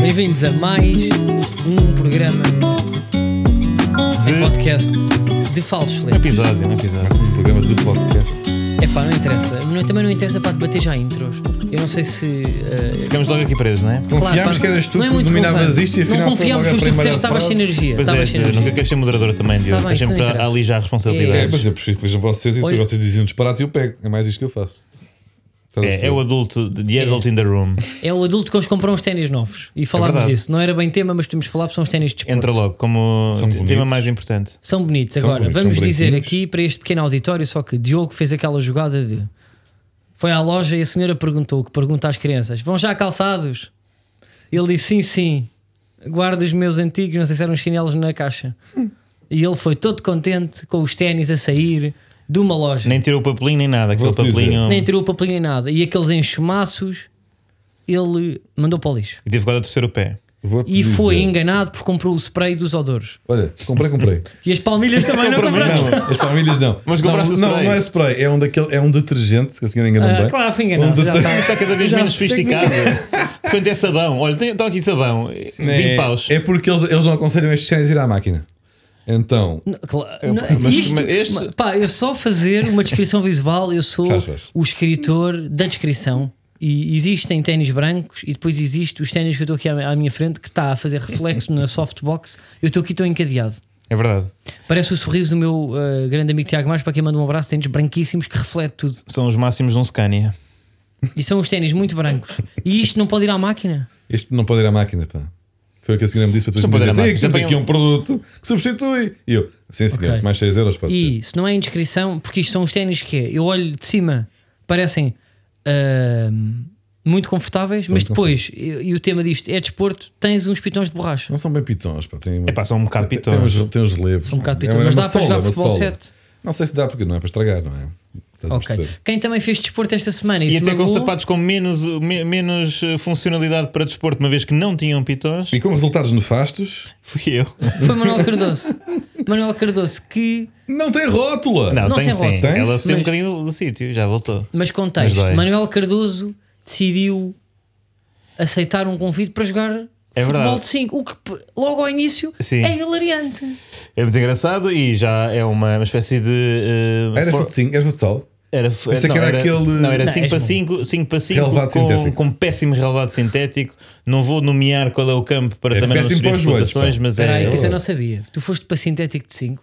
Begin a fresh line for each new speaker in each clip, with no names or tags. Bem-vindos a mais um programa de
De
podcast de Falsos
um
Leite.
episódio, um episódio. Parece um programa de podcast.
É pá, não interessa. Não- também não interessa para debater já intros. Eu não sei se. eh,
Ficamos logo aqui presos, não é?
Confiámos
pá,
que eras tu
não é
que
muito
dominavas
relevante.
isto e afinal
Não
foi
confiámos,
logo
foste
a
tu que
primeira
disseste que estavas sem
frase.
energia.
Pois
Estavas sem
é, nunca
energia.
queres ser moderadora também, Diogo.
Tá bem,
Estás
isso não
sempre a
interessa.
alijar
É,
responsabilidades.
mas eu prefiro que vejam vocês e depois
Olha-
vocês dizem um disparate e eu pego. É mais isto que eu faço. Então, Estás a
É,
perceber?
é o adulto, the adult in the room.
É o adulto que hoje comprou uns ténis novos.
É
E falámos
verdade.
disso. Não era bem tema, mas temos de falar porque são os ténis de desporto.
Entra logo, como
São
te- tema
bonitos.
mais importante.
São bonitos.
São
Agora,
bonitos,
vamos
são
dizer
branquinhos.
aqui para este pequeno auditório, só que Diogo fez aquela jogada de. Foi à loja e a senhora perguntou, o que pergunta às crianças, vão já calçados? Ele disse, sim, sim, guardo os meus antigos, não sei se eram chinelos na caixa. E ele foi todo contente com os ténis a sair de uma loja. Nem,
Nem tirou o papelinho nem nada, aquele
Vou-te dizer.
papelinho.
tirou o papelinho nem nada. E aqueles enxumaços, ele mandou para o lixo.
E teve quase a torcer o pé.
Vou-te
E foi
dizer.
enganado porque comprou o spray dos odores.
Olha, comprei, comprei.
E as palmilhas também não compraste.
Não, as palmilhas não.
Mas compraste
não,
o
não,
spray.
não é spray, é um, daquele, é um detergente que a senhora enganou
Ah,
bem.
claro, fui enganado.
Um
já tá.
deter-
está.
Está cada vez
Já
menos
sei que me
sofisticado. Quanto é sabão? Olha, tem- está aqui sabão. 20
É,
paus.
é porque eles, eles não aconselham estes ténis a ir à máquina. Então,
Claro,
pá,
não,
mas-
isto-
mas este-
pá, eu só fazer uma descrição visual, eu sou
Faz, faz.
o escritor da descrição. E existem ténis brancos e depois existe os ténis que eu estou aqui à, à minha frente que está a fazer reflexo na softbox. Eu estou aqui, estou encadeado.
É verdade.
Parece o sorriso do meu eh, grande amigo Tiago Mais, para quem manda um abraço, ténis branquíssimos que reflete tudo.
São os máximos de um Scania.
E são os ténis muito brancos. E isto não pode ir à máquina.
este não pode ir à máquina, pá. Foi o que a senhora me disse para
Isto
tu
não
me
pode ir
dizer,
à máquina.
"Digo, temos
Também
aqui
é um-
um produto que substitui. E eu, sim senhores,
Ok.
mais 6 euros pode ser.
E se não é indiscrição, porque isto são os ténis que é, eu olho de cima, parecem ahm, muito confortáveis, mas
muito
depois, e, e o tema disto é desporto, tens uns pitões de borracha.
Não são bem pitons, pá. Tem,
É pá, são um bocado
tem-
pitons.
Tem uns, tem uns relevos.
Um bocado de
É
pitões, mas
uma- é
dá
uma
para jogar
sola, uma
futebol
sola.
7.
Não sei se dá porque não é para estragar, não é? Estás a
Ok.
perceber?
Quem também fez desporto esta semana e,
E
se
até com
magoou,
sapatos com menos, me- menos eh, funcionalidade para desporto, uma vez que não tinham pitons,
E com resultados nefastos,
fui eu.
foi Manuel Cardoso. Manuel Cardoso que,
não tem rótula!
Não,
Não
tem
tem
sim.
rótulo.
Ela saiu
Mas-
um bocadinho do sítio, já voltou.
mas contexto,
Mas dói.
Manuel Cardoso decidiu aceitar um convite para jogar
É
futebol
verdade.
de 5, o que p- logo ao início
Sim.
é hilariante.
É muito engraçado e já é uma, uma espécie de. eh,
Era
for-
futecinho, era futsal.
era, f-
Pensei
não,
que era aquele-
Não, era
Não,
5 para
és
5, 5 para 5
Relevado
com,
sintético.
com péssimo relevado sintético. Não vou nomear qual é o campo para
É
também não
péssimo
sugerir
para os joelhos,
reputações,
pá.
mas
Espera aí,
é
que isso eu não sabia. Tu foste para sintético de 5.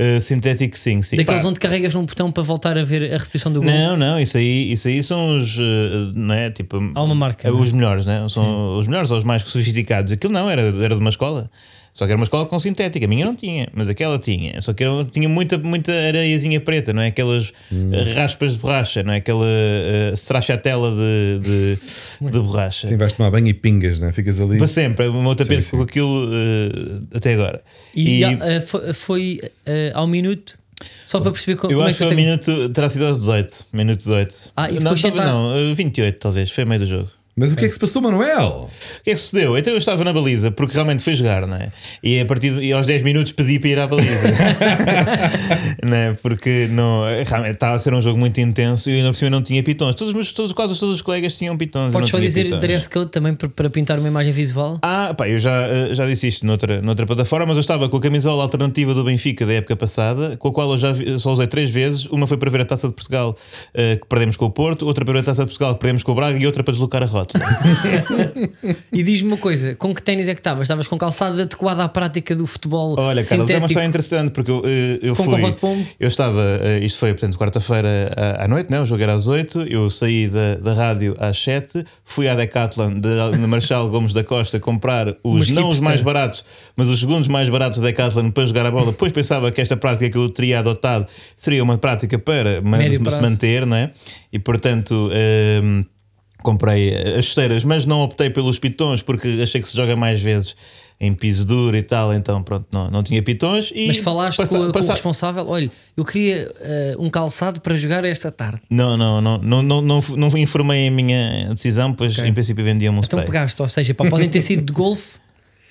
eh, sintético 5, sim.
Daqueles
Pá,
onde carregas num botão para voltar a ver a repetição do gol.
Não, não, isso aí, isso aí são os. eh, não é? Tipo,
Há uma marca,
eh,
não é?
Os melhores, né? São os melhores ou os mais sofisticados. Aquilo não, era, era de uma escola. Só que era uma escola com sintética. A minha não tinha, mas aquela tinha. Só que era, tinha muita, muita areiazinha preta, não é? Aquelas eh, raspas de borracha, não é? Aquela uh, strachatela de, de, de borracha.
Sim, vais tomar banho e pingas, não é? Ficas ali.
Para sempre. O meu tapete ficou com aquilo eh, até agora.
E, ah, ah, fo- foi ah, ao minuto, só para perceber co-
Eu
como é
acho
que
que
eu
foi
tenho.
minuto, terá sido aos 18. Minuto 18.
Ah, e
não,
depois
talvez
sentar-
não, eh, 28 talvez. Foi a meio do jogo.
Mas o que é que se passou,
O
Manuel?
que é que sucedeu? Então eu estava na baliza, porque realmente fui jogar, não é? E, a partir de- e aos 10 minutos pedi para ir à baliza. não é? Porque não, realmente estava a ser um jogo muito intenso e ainda por cima não tinha pitons. Todos os meus, todos, quase todos os colegas tinham pitons. eu
Podes
não
só
tinha
dizer
pitons.
dress code também para, para pintar uma imagem visual?
Ah, pá, eu já, eh, já disse isto noutra, noutra plataforma, mas eu estava com a camisola alternativa do Benfica da época passada, com a qual eu já vi- só usei três vezes. Uma foi para ver a taça de Portugal eh, que perdemos com o Porto, outra para ver a taça de Portugal que perdemos com o Braga e outra para deslocar a rota.
E diz-me uma coisa: com que ténis é que estavas? Estavas com calçado adequado à prática do futebol
Olha, Carlos, é uma
sintético?
história interessante porque eu, eh, eu
Com
fui.
cavalo de pombo?
Eu estava, eh, isto foi, portanto, quarta-feira à- à noite, né? o jogo era às 8. Eu saí da, da rádio às 7, fui à Decathlon de, de Marchal Gomes da Costa comprar os,
Mas que
não os
hipster.
mais baratos, mas os segundos mais baratos da Decathlon para jogar a bola. Depois pensava que esta prática que eu teria adotado seria uma prática para ma-
Médio
se
prazo.
manter, né? E portanto. ehm, Comprei eh, as chuteiras, mas não optei pelos pitons porque achei que se joga mais vezes em piso duro e tal, então pronto, não, não tinha pitons. E
Mas falaste
passa-
com, a- com o
passa-
responsável: olha, eu queria ah, um calçado para jogar esta tarde.
Não, não, não, não, não, não, fu- não informei a minha decisão, pois em princípio vendiam-me um
Então
spray.
pegaste, ou seja, pá, podem ter sido de golfe,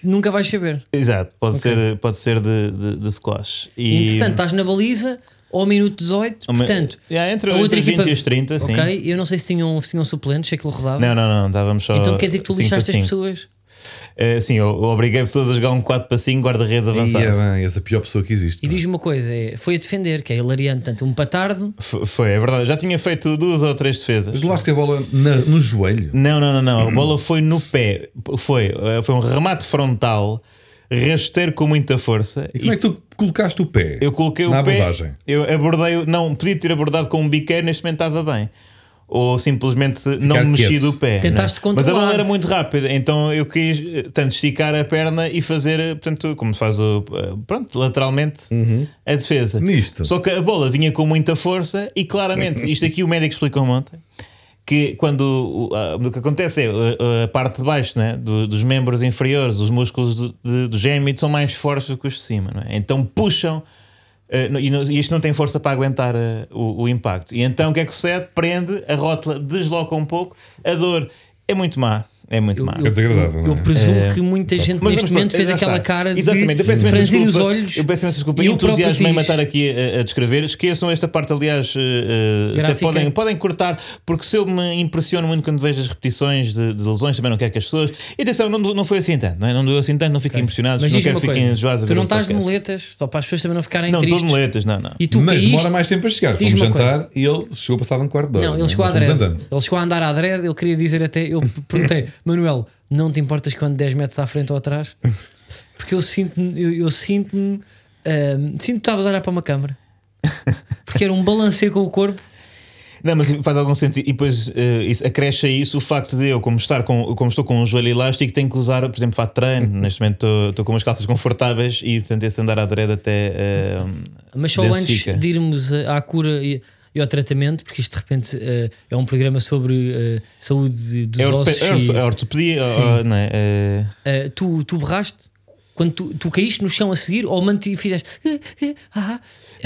nunca vais saber.
Exato, pode ser, pode ser de, de, de squash.
E,
E,
entretanto, estás na baliza ao minuto 18,
Uma-
portanto,
Yeah, entre
a
entre
outra
os
equipa-
20 e os 30, sim.
Ok, eu não sei se tinham, se tinham suplentes, se aquilo rodava.
Não, não, não, estávamos só.
Então quer dizer que tu
cinco para
lixaste as
cinco.
pessoas.
Eh, sim, eu, eu obriguei pessoas a jogar um 4 para 5 guarda-redes avançado.
Ia bem, és a pior pessoa que existe.
E
pá.
diz-me uma coisa, é, foi a defender, que é hilariante, tanto um patardo,
F- Foi, é verdade. Eu Já tinha feito duas ou três defesas.
Mas lá que a bola na- no joelho.
Não, não, não, não. A bola foi no pé. Foi, eh, foi um remate frontal, rasteiro com muita força.
E como é que tu colocaste o pé?
Eu coloquei
é Na
o pé.
abordagem.
Eu abordei. o- Não, podia ter abordado com um biqueiro, neste momento estava bem. Ou simplesmente não
quieto.
mexi do pé.
Tentaste
não é? Mas a bola
controlar.
era muito rápida, então eu quis eh, tanto esticar a perna e fazer, eh, portanto, como se faz o, eh, pronto, lateralmente a defesa.
Uhum. Nisto.
Só que a bola vinha com muita força e claramente, isto aqui o médico explicou-me ontem, que quando o, a- o que acontece é a, a parte de baixo né, do- dos membros inferiores, os músculos do, de- do gémito são mais fortes do que os de cima, não é? então puxam eh, no- e, não- e isto não tem força para aguentar eh, o, o impacto. E então o que é que sucede? Prende, a rótula desloca um pouco, a dor é muito má, é muito má.
É desagradável,
eu
não é?
presumo que muita gente neste
vamos
momento
pronto,
fez
já
aquela
está.
cara de
Exatamente, eu peço imensa
franzir os
desculpa,
olhos.
Eu peço imensa desculpa.
E
E
eu próprio
entusiasmei
fiz.
matar aqui a, a descrever. Esqueçam esta parte, aliás, eh, eh, até
Gráfica.
podem, podem cortar, porque se eu me impressiono muito quando vejo as repetições de, de lesões, também não quero que as pessoas. E atenção, não, do- não foi assim tanto, não, é? não doeu assim tanto, não fiquem impressionados,
Mas
não
diz-me
quero
uma
que fiquem enjoados.
coisa, tu
a ver
não
o
estás de
podcast.
moletas, só para as pessoas também não ficarem
Não, estou
tristes.
de moletas, não, não.
E tu
Mas
caíste.
demora mais tempo a chegar.
Diz-me
Fomos
uma coisa.
jantar e ele chegou passado um quarto de hora.
Não, ele
é?
chegou a
Nós fomos
dread.
andando.
Ele chegou a andar à dread, ele queria dizer até. Eu perguntei, Manuel, não te importas quando 10 metros à frente ou atrás? Porque eu sinto-me, eu, eu sinto-me, ahm, sinto que estavas a olhar para uma câmara. Porque era um balanceio com o corpo.
Não, mas faz algum sentido. E depois eh, isso, acresce a isso o facto de eu, como, estar com, como estou com um joelho elástico, tenho que usar, por exemplo, fato de treino.
Uhum.
Neste momento estou- estou com umas calças confortáveis e, portanto, esse andar à dread até. eh,
Mas
se
só
densifica.
antes de irmos eh, à cura e, e ao tratamento, porque isto de repente eh, é um programa sobre eh, saúde dos
É ortope-
ossos.
é
e-
orto- é ortopedia, ó, ó, não é? Eh,
Uh, tu, tu berraste quando tu, tu caíste no chão a seguir ou manti, fizeste "Ah, ah,
É,
ah",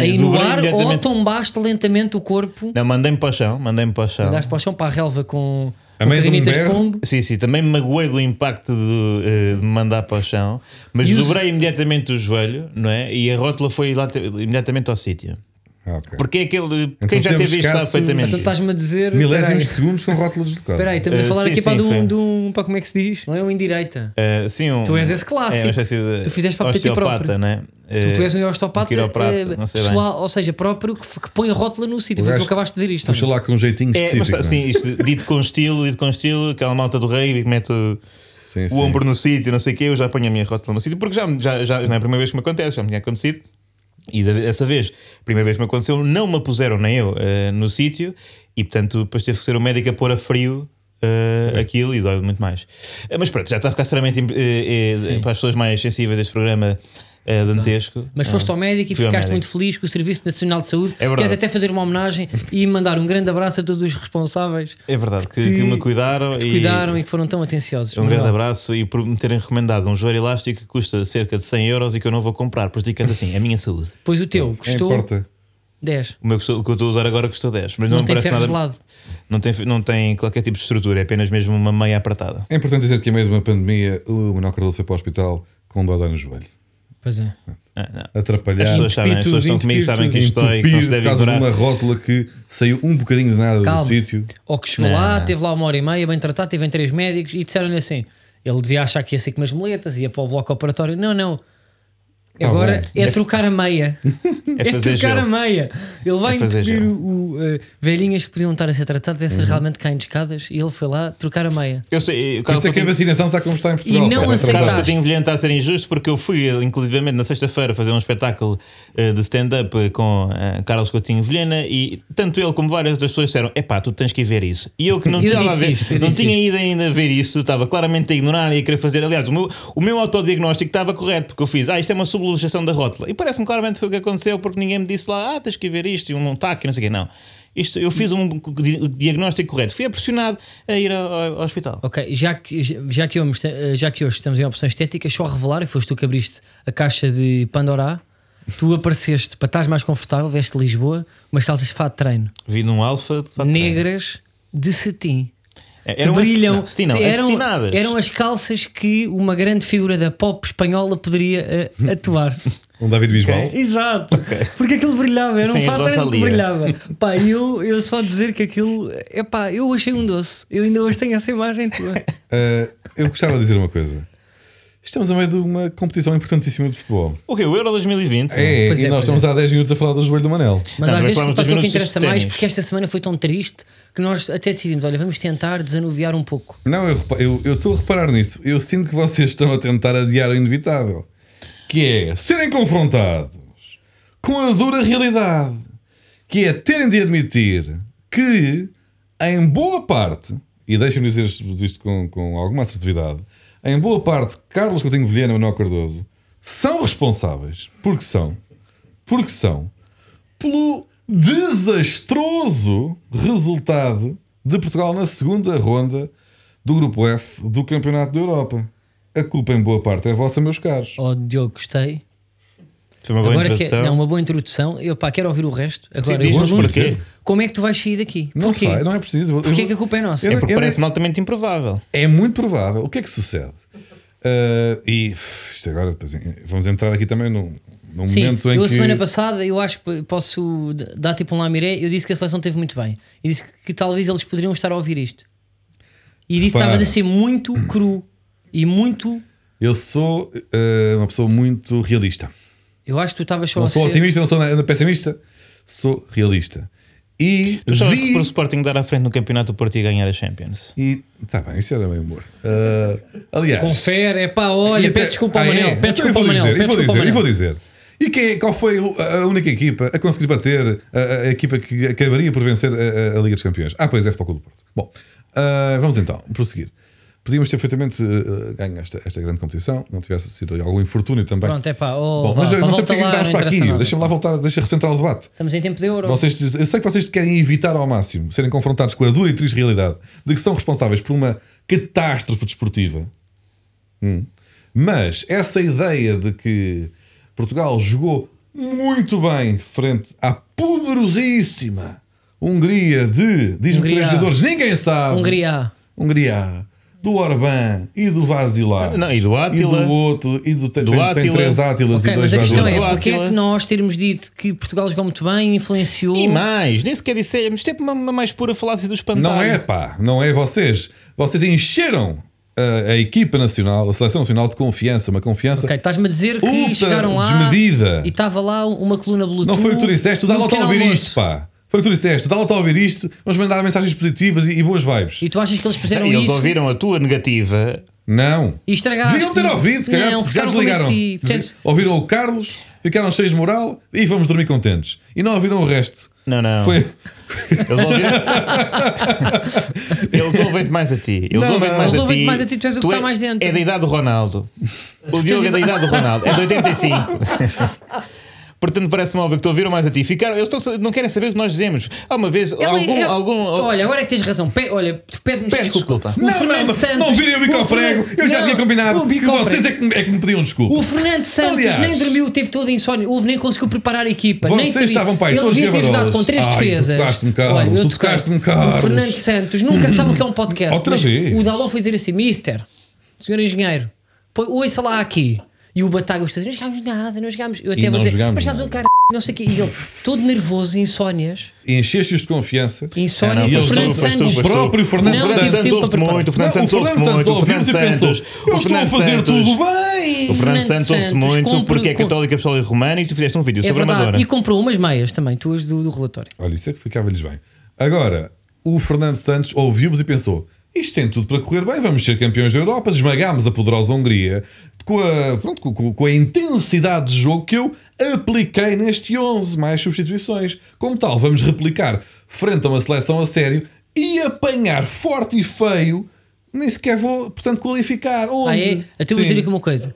aí
Eu
no
dobrei
ar ou
imediatamente.
tombaste lentamente o corpo
Não, mandei-me para o chão, mandei-me para o chão.
andaste para o chão para a relva com
A meio de um
carnitas de
berro.
pombo
Sim, sim, também me magoei do impacto de, eh, de me mandar para o chão, mas
E os-
dobrei imediatamente o joelho, não é? E a rótula foi lá, imediatamente ao sítio.
Ah, ok.
Porque é aquele. quem já
Então temos
teve isto sabe
casos-
perfeitamente.
então estás-me a dizer
Milésimos de é?
espera
segundos com rótula deslocada.
aí estamos a
Eh,
falar
sim,
aqui para de
sim,
um,
sim.
de um para como é que se diz não é um indireita
Eh, sim, um-
Tu és esse clássico.
É uma espécie de
Tu fizeste para ti
osteopata,
próprio.
Não é?
Tu, tu és um
um
osteopata
quiroprata,
eh,
não sei bem.
pessoal, ou seja, próprio que, que põe a rótula no sítio.
O
Foi o que
gajo
Tu acabaste de dizer isto.
Puxa
não é?
lá com um jeitinho
É, mas,
específico. não é?
sim, isto dito com estilo, dito com estilo, aquela malta do rei que mete o,
Sim,
o
sim.
ombro no sítio, não sei o quê, eu já ponho a minha rótula no sítio, porque já, me- já, já não é a primeira vez que me acontece, já me tinha acontecido. E da- dessa vez, a primeira vez que me aconteceu, não me puseram nem eu eh, no sítio, e portanto depois teve que ser o médico a pôr a frio. eh, aquilo e dói muito mais, Eh, mas pronto, já está a ficar extremamente imp- eh, eh,
Sim. Tá.
para as pessoas mais sensíveis deste programa eh, dantesco. Ah,
Mas
Ah,
foste ao médico e
Fui ao
ficaste
médico.
muito feliz com o Serviço Nacional de
É
Saúde.
verdade.
Queres até fazer uma homenagem e mandar um grande abraço a todos os responsáveis
É verdade, que,
te-
que me cuidaram,
que
e
cuidaram e que foram tão atenciosos.
Um grande
Manuel.
abraço e por me terem recomendado um joelho elástico que custa cerca de 100 euros e que eu não vou comprar, prejudicando assim a minha saúde.
Pois o teu
Não
custou
importa.
10.
O, meu, que estou- o que eu estou a usar agora custou 10, mas não,
Não,
me
tem
parece
ferro
nada.
de lado.
Não, tem, não tem qualquer tipo de estrutura, é apenas mesmo uma meia apertada.
É importante dizer que, a meio de uma pandemia, o Manuel Cardoso foi para o hospital com um dodói no joelho.
Pois é.
Ah, não.
Atrapalhar.
As pessoas sabem, as pessoas estão comigo, sabem que isto dói, que não se
Entupido por
deve
causa de
ignorar.
uma rótula que saiu um bocadinho de nada
Calma.
do sítio.
Ou que chegou lá, teve lá uma hora e meia, bem tratado, teve em três médicos e disseram-lhe assim: ele devia achar que ia ser com umas moletas, ia para o bloco operatório. Não, não.
Tá
Agora
bom.
é trocar a meia.
É
É
fazer
trocar a
gelo.
meia. Ele vai
É fazer Uhum.
entupir
gelo.
o, o, eh, velhinhas que podiam estar a ser tratadas, essas realmente caem de escadas, e ele foi lá trocar a meia.
Eu sei, o
Por
Carlos
isso é que a
Coutinho-
vacinação está como está em Portugal.
E não
pá, atrasada.
Carlos
aceitaste.
Coutinho Vilhena está a ser injusto porque eu fui, inclusivamente, na sexta-feira fazer um espetáculo eh, de stand-up eh, com eh, Carlos Coutinho Vilhena e tanto ele como várias das pessoas disseram epá, tu tens que ir ver isso. E eu que não,
Eu
estava a
disse
ver-
isto, eu
não
disse
tinha
isto.
ido ainda ver isso, estava claramente a ignorar e a querer fazer. Aliás, o meu, o meu autodiagnóstico estava correto porque eu fiz, ah, isto é uma subluxação da rótula. E parece-me claramente foi o que aconteceu porque ninguém me disse lá, ah, tens que ir ver isto e um taque e não sei o quê. Não. Isto, eu fiz um di- diagnóstico correto. Fui pressionado a ir ao, ao- ao hospital.
Ok, já que, já, que hoje, já que hoje estamos em opções estéticas, só revelar, e foste tu que abriste a caixa de Pandora, tu apareceste para estás mais confortável, veste Lisboa, umas calças de fato de treino,
Vi num alfa de facto,
negras de cetim.
É-
Que
eram
brilham,
assina- assinam-
eram,
assinadas.
eram as calças que uma grande figura da pop espanhola poderia eh, atuar.
Um David Bisbal.
Exato, porque aquilo brilhava, era
Sim,
um
a
fato de treino que
Rosalía.
brilhava. Pá, e eu, eu só dizer que aquilo, é pá, eu achei um doce, eu ainda hoje tenho essa imagem tua.
Ah, eu Uh, gostava de dizer uma coisa. Estamos a meio de uma competição importantíssima de futebol.
O que? O Euro 2020?
É,
Pois
e
é,
nós
pois é.
estamos há 10 minutos a falar do joelho do Manel.
Mas
Não,
às
mas
vezes
falamos
para o
dos
que
minutos
interessa
de
mais,
ténis.
porque esta semana foi tão triste que nós até decidimos: olha, vamos tentar desanuviar um pouco.
Não, eu repa- eu eu estou a reparar nisso. Eu sinto que vocês estão a tentar adiar o inevitável. Que é serem confrontados com a dura realidade. Que é terem de admitir que, em boa parte, e deixem-me dizer isto com, com alguma assertividade, em boa parte, Carlos Coutinho de Vilhena e Manuel Cardoso são responsáveis, porque são, porque são, pelo desastroso resultado de Portugal na segunda ronda do Grupo F do Campeonato da Europa. A culpa, em boa parte, é vossa, meus caros.
Oh, Diogo, gostei.
Foi uma boa
Agora que
introdução.
é não, uma boa introdução. Eu pá, quero ouvir o resto. Agora,
diz-nos
os alunos,
porquê.
como é que tu vais sair daqui?
Não
Porquê?
sei, não é preciso. Eu-
Porquê que a culpa é nossa?
Eu-
É porque
eu-
parece-me altamente improvável.
É muito provável. O que é que sucede? Ah, e uf, isto agora, depois, eh, vamos entrar aqui também num, num
Sim,
momento em
eu a
que.
semana passada, eu acho que posso d- dar tipo um lamiré, eu disse que a seleção teve muito bem. E disse que, que talvez eles poderiam estar a ouvir isto. E disse que
Repara.
estavas a ser muito cru e muito...
Eu sou eh, uma pessoa muito realista.
Eu acho que tu estavas só
Não
a
sou
ser...
otimista, não sou nada pessimista. Sou realista. E
Tu achavas que
vi.
por é o Sporting dar à frente no campeonato do Porto e ganhar a Champions?
E tá bem, isso era bem humor. Ah, aliás.
Confere, é pá,
E
olha,
até-
pede desculpa ao
Ah, é?
Manel,
Então eu
pede desculpa
vou
ao Manel,
dizer,
pede
eu vou
desculpa ao
dizer, eu vou
Manel.
dizer. E quem, qual foi o- a única equipa a conseguir bater a, a- a equipa que acabaria por vencer a, a- a Liga dos Campeões? Ah, pois é, Futebol Clube do Porto. Bom, ah, vamos então prosseguir. Podíamos ter perfeitamente ah, ganho esta, esta grande competição, não tivesse sido algum infortúnio também.
Pronto, é pá, oh,
Bom,
vá,
mas
pá,
eu não sei
volta
porque é que
lá,
estamos
não
para
interessa
aqui.
nada.
Deixa-me lá voltar, deixa recentrar o debate.
Estamos em tempo de euro.
Vocês, eu sei que vocês querem evitar ao máximo serem confrontados com a dura e triste realidade de que são responsáveis por uma catástrofe desportiva. Hum. Mas essa ideia de que Portugal jogou muito bem frente à poderosíssima Hungria de. Diz-me
Hungria.
três jogadores, ninguém sabe.
Hungria.
Hungria. Do Orbán e do Vazilar.
Não, e do Átila.
E do outro. E do, tem, tem- tem
Átila.
três Átilas
Ok,
e dois
mas a questão
Vazilar.
é,
Vazila.
porque é que
Aquilo-
nós termos dito que Portugal jogou muito bem influenciou...
E mais, nem sequer dissemos, sempre uma, uma mais pura falácia do espantalho.
Então,
Não é, pá, não é vocês. Vocês encheram eh, a, a equipa nacional, a seleção nacional de confiança, uma confiança.
Ok, estás-me a dizer que
Ultra
chegaram lá
desmedida.
e estava lá uma coluna Bluetooth.
Não foi o que tu disseste, o
num
Dalot está a
pequeno
ouvir
almoço.
isto, pá. Foi o que tu disseste, o Dalot está a ouvir isto, vamos mandar mensagens positivas e, e boas vibes.
E tu achas que eles fizeram
Eles
isso
ouviram a tua negativa.
Não.
e estragaram?
Deviam ter ouvido, se calhar,
Não,
porque já
ficaram
desligaram.
como a ti, percebes?
Ouviram o Carlos, ficaram cheios de moral e vamos dormir contentes. E não ouviram o resto.
Não, não.
Foi.
Eles ouviram. Eles ouvem-te mais a ti. Eles
Não,
ouvem-te
não.
mais,
Eles
a ti.
ouvem-te mais a ti, tu és o que está
é-
mais dentro.
É da idade do Ronaldo. O Diogo é da idade do Ronaldo. É de 85. Portanto, parece-me óbvio que te ouviram mais a ti. Ficaram, eles estão- não querem saber o que nós dizemos. Há uma vez,
Ela-
algum.
eu-
algum
é olha, agora é que tens razão. Pe- olha, tu pede-nos
Pede
desculpa.
desculpa.
O
não,
Fernando
não, não,
Santos,
não viram o bico ao frego. Eu já
Não,
tinha combinado
o
que
bico ao
vocês
frego.
é que, é que me pediam desculpa.
O Fernando Santos
Aliás,
nem dormiu, teve toda a insónia, houve, nem conseguiu preparar a equipa. nem
Vocês
sabia.
estavam para aí
Ele
todos
devia ter jogado
gabarolas.
com três
Ai, tu
defesas.
tocaste-me, Carlos,
Olha, eu
tu
toquei.
tocaste-me, Carlos.
O Fernando Santos nunca sabe o que é um podcast.
Outra
mas
vez.
O Dalon foi dizer assim: Mister, senhor engenheiro, pô, ouça lá aqui. E o Bataga, os não jogámos nada, não jogámos. Eu até
E
vou
não
dizer,
jogámos
mas jogámos um
nada.
cara, não sei o quê. E ele, todo nervoso, insónias.
encheste-os de confiança.
Insónia.
Não,
E o
não, foste
Fernando
tu, foste tu,
Santos.
foste tu.
próprio Fernando
O
Santos.
Fernando Santos
Não,
ouve-te
não,
muito. O Fernando
Não,
Santos ouve-te
Santos
muito. O
ouviu-os
Fernando
e pensou,
Santos.
Eu
o
estou a
Fernando
fazer
Santos-
tudo bem.
O Fernando
Fernando
Santos ouve-te
Santos
muito
compre-
porque é
com-
católica, pessoal e romana e tu fizeste um vídeo
É
sobre a Madonna.
verdade. E comprou umas meias também, tuas do, do relatório.
Olha, isso é que ficava-lhes bem. Agora, o Fernando Santos ouviu-vos e pensou: isto tem tudo para correr bem, vamos ser campeões da Europa, esmagámos a poderosa Hungria com a, pronto, com- com- com a intensidade de jogo que eu apliquei neste 11, mais substituições. Como tal, vamos replicar frente a uma seleção a sério e apanhar forte e feio. Nem sequer vou, portanto, qualificar. Onde?
Ah, é? Até vou
Sim.
dizer aqui uma coisa.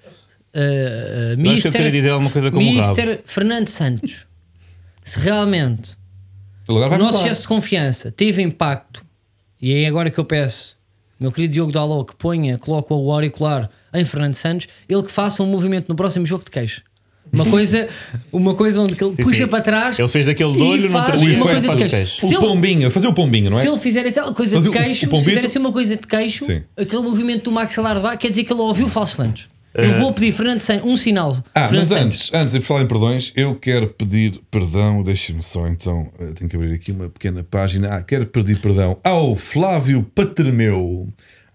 Uh, uh,
Não acho que eu queria dizer alguma coisa como o rabo.
Mister Fernando Santos, se realmente
Ele agora
o
vai
nosso
mudar.
excesso de confiança teve impacto, e é agora que eu peço, meu querido Diogo Daló, que ponha, coloque o auricular em Fernando Santos, ele que faça um movimento no próximo jogo de queixo. Uma coisa, uma coisa onde que ele
Sim,
puxa
sim.
para trás.
Ele fez aquele
e
dolho no
faz
outro
é uma
dia,
coisa
faz
de
o
queixo.
queixo.
Se
O
ele-
pombinho, fazer o pombinho, não é?
Se ele fizer aquela coisa
Mas
de
o- o
queixo, se
pombito-
fizer assim uma coisa de queixo,
Sim.
aquele movimento do maxilar de baixo, quer dizer que ele ouviu falsos lanches. Eu vou pedir Fernando Santos um sinal.
Ah,
Fernando
mas
Santos.
antes, antes de falar em perdões, eu quero pedir perdão. Deixa-me só então, eh, tenho que abrir aqui uma pequena página. Ah, quero pedir perdão ao Flávio Patermeu,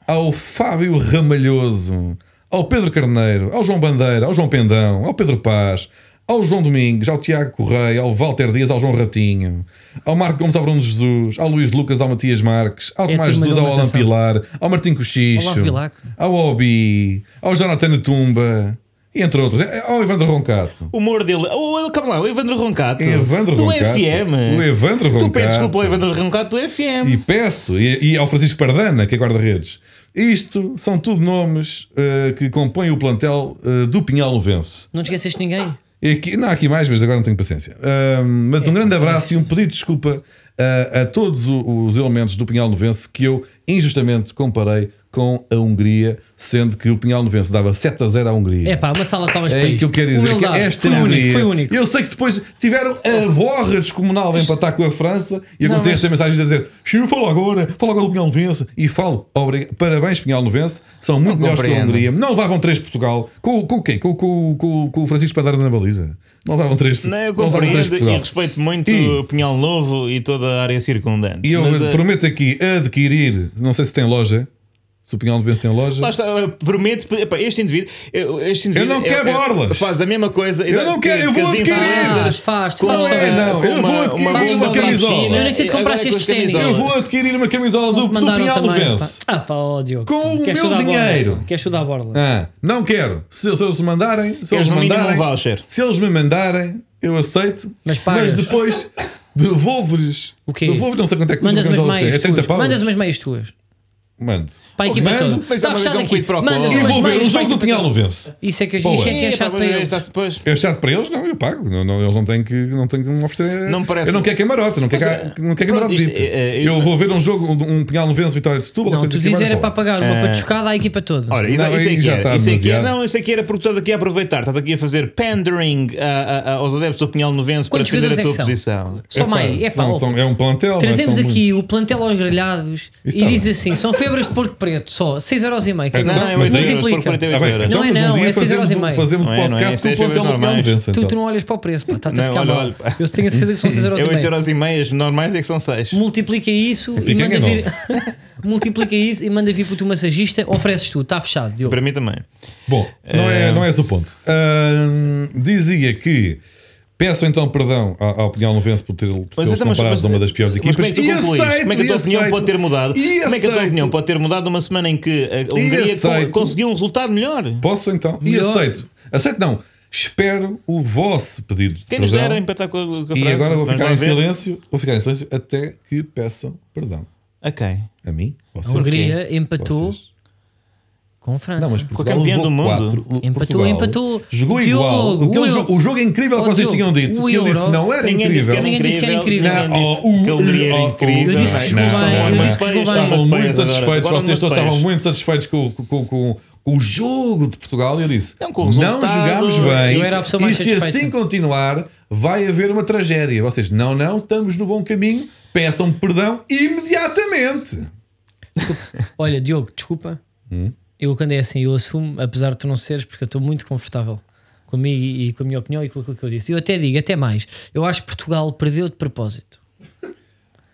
ao Fábio Ramalhoso, ao Pedro Carneiro, ao João Bandeira, ao João Pendão, ao Pedro Paz, ao João Domingues, ao Tiago Correia, ao Walter Dias, ao João Ratinho, ao Marco Gomes, ao Bruno Jesus, ao Luís Lucas, ao Matias Marques, ao
É a
Tomás
turma
Jesus,
da
ao Alan
alimentação.
Pilar, ao Martim
Olá,
Cochicho,
Vilaco.
ao Obi, ao Jonathan Tumba, e entre outros, É, ao Evandro Roncato.
O humor dele. O, o, calma lá, o Evandro Roncato.
Evandro
do
Roncato.
FM.
O Evandro
Tu
Roncato.
pedes desculpa ao Evandro Roncato do FM.
E peço, e, e ao Francisco Pardana, que é guarda-redes. Isto são tudo nomes eh, que compõem o plantel eh, do Pinhal Luvense.
Não te esqueceste de ninguém?
E aqui- não há aqui mais, mas agora não tenho paciência. Ahm, mas
É,
um
então.
grande abraço e um pedido de desculpa ah, a todos o- os elementos do Pinhal Novense que eu injustamente comparei com a Hungria, sendo que o Pinhal Novense dava 7 a 0 à Hungria.
É pá, uma sala estavas para
É
isto.
aquilo que eu quero dizer. Que
Humildade.
esta
foi
é a
único,
Hungria.
foi único.
Eu sei que depois tiveram a borra descomunal de empatar com a França e eu
Não,
comecei a
mas-
receber mensagens a dizer: Chiu, fala agora, fala agora do Pinhal Novense. E falo: obriga- parabéns, Pinhal Novense, são muito melhores que a
compreendo.
Hungria. Não levavam 3 de Portugal. Com, com o quê? Com, com, com, com o Francisco Padarna na baliza. Não levavam 3
Não, né? eu
levavam três de
compreendo e
Portugal.
respeito muito
E-
o Pinhal Novo e toda a área circundante.
E eu
Mas, eh,
prometo aqui adquirir, não sei se tem loja, se o Pinhal Novense tem loja.
Lá está, eu prometo, epá, este indivíduo, eu- este indivíduo
não quero
é- é-
borlas.
Faz a mesma coisa.
Eu não quero, eu
que- que
vou
as
adquirir.
Faz,
influencers
faz, tu
com
fazes
Não é,
também.
não. Eu vou adquirir
uma
bomba
camisola.
piscina.
Eu nem sei se
Agora
compraste
com as
estes ténis.
camisolas.
Eu vou adquirir uma camisola é do, do
Mandaram
Pinhal
também.
Novense.
pá. Ah pá, ó Diogo.
Com o
Queres
meu
chutar a borla?
dinheiro.
Queres chutar a borla?
Ah, não quero. Se, se eles me mandarem, se
Eles
eles,
no
me
mínimo
mandarem,
um voucher.
se eles me mandarem, eu aceito.
Mas pagas.
depois devolvo-lhes.
O quê?
Devolvo, não sei quanto é que custa
Mandas
uma
umas
camisola do quê?
meias
É 30
tuas.
paus.
Mandas umas meias tuas.
Mando.
Para a equipa
Mando
toda.
mas é
Está
uma
fechado
vez um
aqui.
quid pro quo.
Mandas
e
umas
vou ver um
meias.
jogo do Pinhal Luvense.
Isso é que
Boa.
isso é que é
Ih,
chato
pá,
para
mas
eles.
está-se depois.
É chato para eles? Não, eu pago. Não, não, eles não têm que, não têm que me oferecer.
Não me parece.
Eu não quero camarote, não quero,
Mas,
ca- não quero
pronto,
camarote
isto,
VIP.
é, é,
eu,
eu-
vou ver um jogo, um, um Pinhal Luvense Vitória de Setúbal.
Não,
coisa
tu
assim,
dizes
vai
era
embora.
para pagar uma patuscada à equipa toda.
Ora, isso,
Não,
isso
aí
é que
já
era.
está
Isso é que era.
demasiado.
Não, isso é que era porque tu estás aqui a aproveitar. Estás aqui a fazer pandering a- a- a- aos adeptos do Pinhal Novense para
Quantos
defender a tua
jogadores é que
posição.
Só
Epá,
mais. É pá,
são-
ó.
são- é um plantel. não é?
Trazemos
São
aqui o plantel aos grelhados
Isso
e
está
diz
bem.
assim: são febras de porco preto, só 6,5€. cada
Não,
Então,
um.
não, é
mas
oito
aí-
euros por
multiplica.
Tá
48
bem,
euros.
então,
Não é
mas um
não,
dia
é seis horas
fazemos
e
um-
meia.
Fazemos um
Não é, não é,
podcast
isso é
com o plantel do
coisas
Pinhal
normais.
Luvense.
Tu,
então.
tu não olhas para o preço, pá, está-te a
Não,
ficar
olha,
mal.
olha, pá.
Eu tenho a certeza que são 6
É 8
euros
euros e meia, os normais é que são 6.
Multiplica isso e
picanha
manda
é
vir. Multiplica isso e manda vir para o teu massagista, ofereces tu, está fechado. Diogo.
Para mim também.
Bom, não é, não é esse o ponto. Ahn, dizia que peço então perdão à, à opinião Novense por ter por
Mas
tê-los
então, mas-
comparado a uma das piores
mas
equipas.
Como é que tu
E
concluís?
aceito,
como é que a tua
e
opinião
aceito.
pode ter mudado? como é que
E
a tua
aceito.
opinião pode ter mudado numa semana em que a Hungria co-
aceito.
conseguiu um resultado melhor?
Posso então?
Melhor.
E aceito. Aceito não. Espero o vosso pedido de
Quem nos
perdão.
dera empatar com a, com a
E
França?
agora vou
Vamos
ficar
lá
em
ver.
silêncio. Vou ficar em silêncio até que peçam perdão.
A quem?
A mim? Vocês?
A Hungria empatou
Vocês.
com a França.
Não, mas Portugal
campeão
levou
do mundo.
quatro.
Empatou,
Portugal
empatou.
Jogou
Diogo,
igual. O, que
o
eles-
Euro-
o jogo é incrível
Oh,
que vocês
Diogo,
tinham dito.
o
que eu disse
Euro-
que não era
Ninguém disse que
incrível.
era
Ninguém disse que era
incrível.
incrível.
Ninguém
Não,
disse
oh,
que a Hungria era
oh, oh,
incrível.
eu disse que jogou
Não,
bem,
não,
eu
não.
disse que jogou bem.
Estavam
Estavam muito
peias agora.
satisfeitos,
Agora
vocês
não
todos estavam
peias.
muito satisfeitos com, com- com- com- com o jogo de Portugal. E eu disse:
Não, com o resultado.
jogámos
Eu era a pessoa
bem. E
mais
se
satisfeita.
assim continuar, vai haver uma tragédia. Vocês, não, não, estamos no bom caminho. Peçam perdão imediatamente.
Olha, Diogo, desculpa. Eu quando é assim, eu assumo, apesar de tu não seres, porque eu estou muito confortável comigo e, e com a minha opinião e com aquilo que eu disse. Eu até digo, até mais. Eu acho que Portugal perdeu de propósito.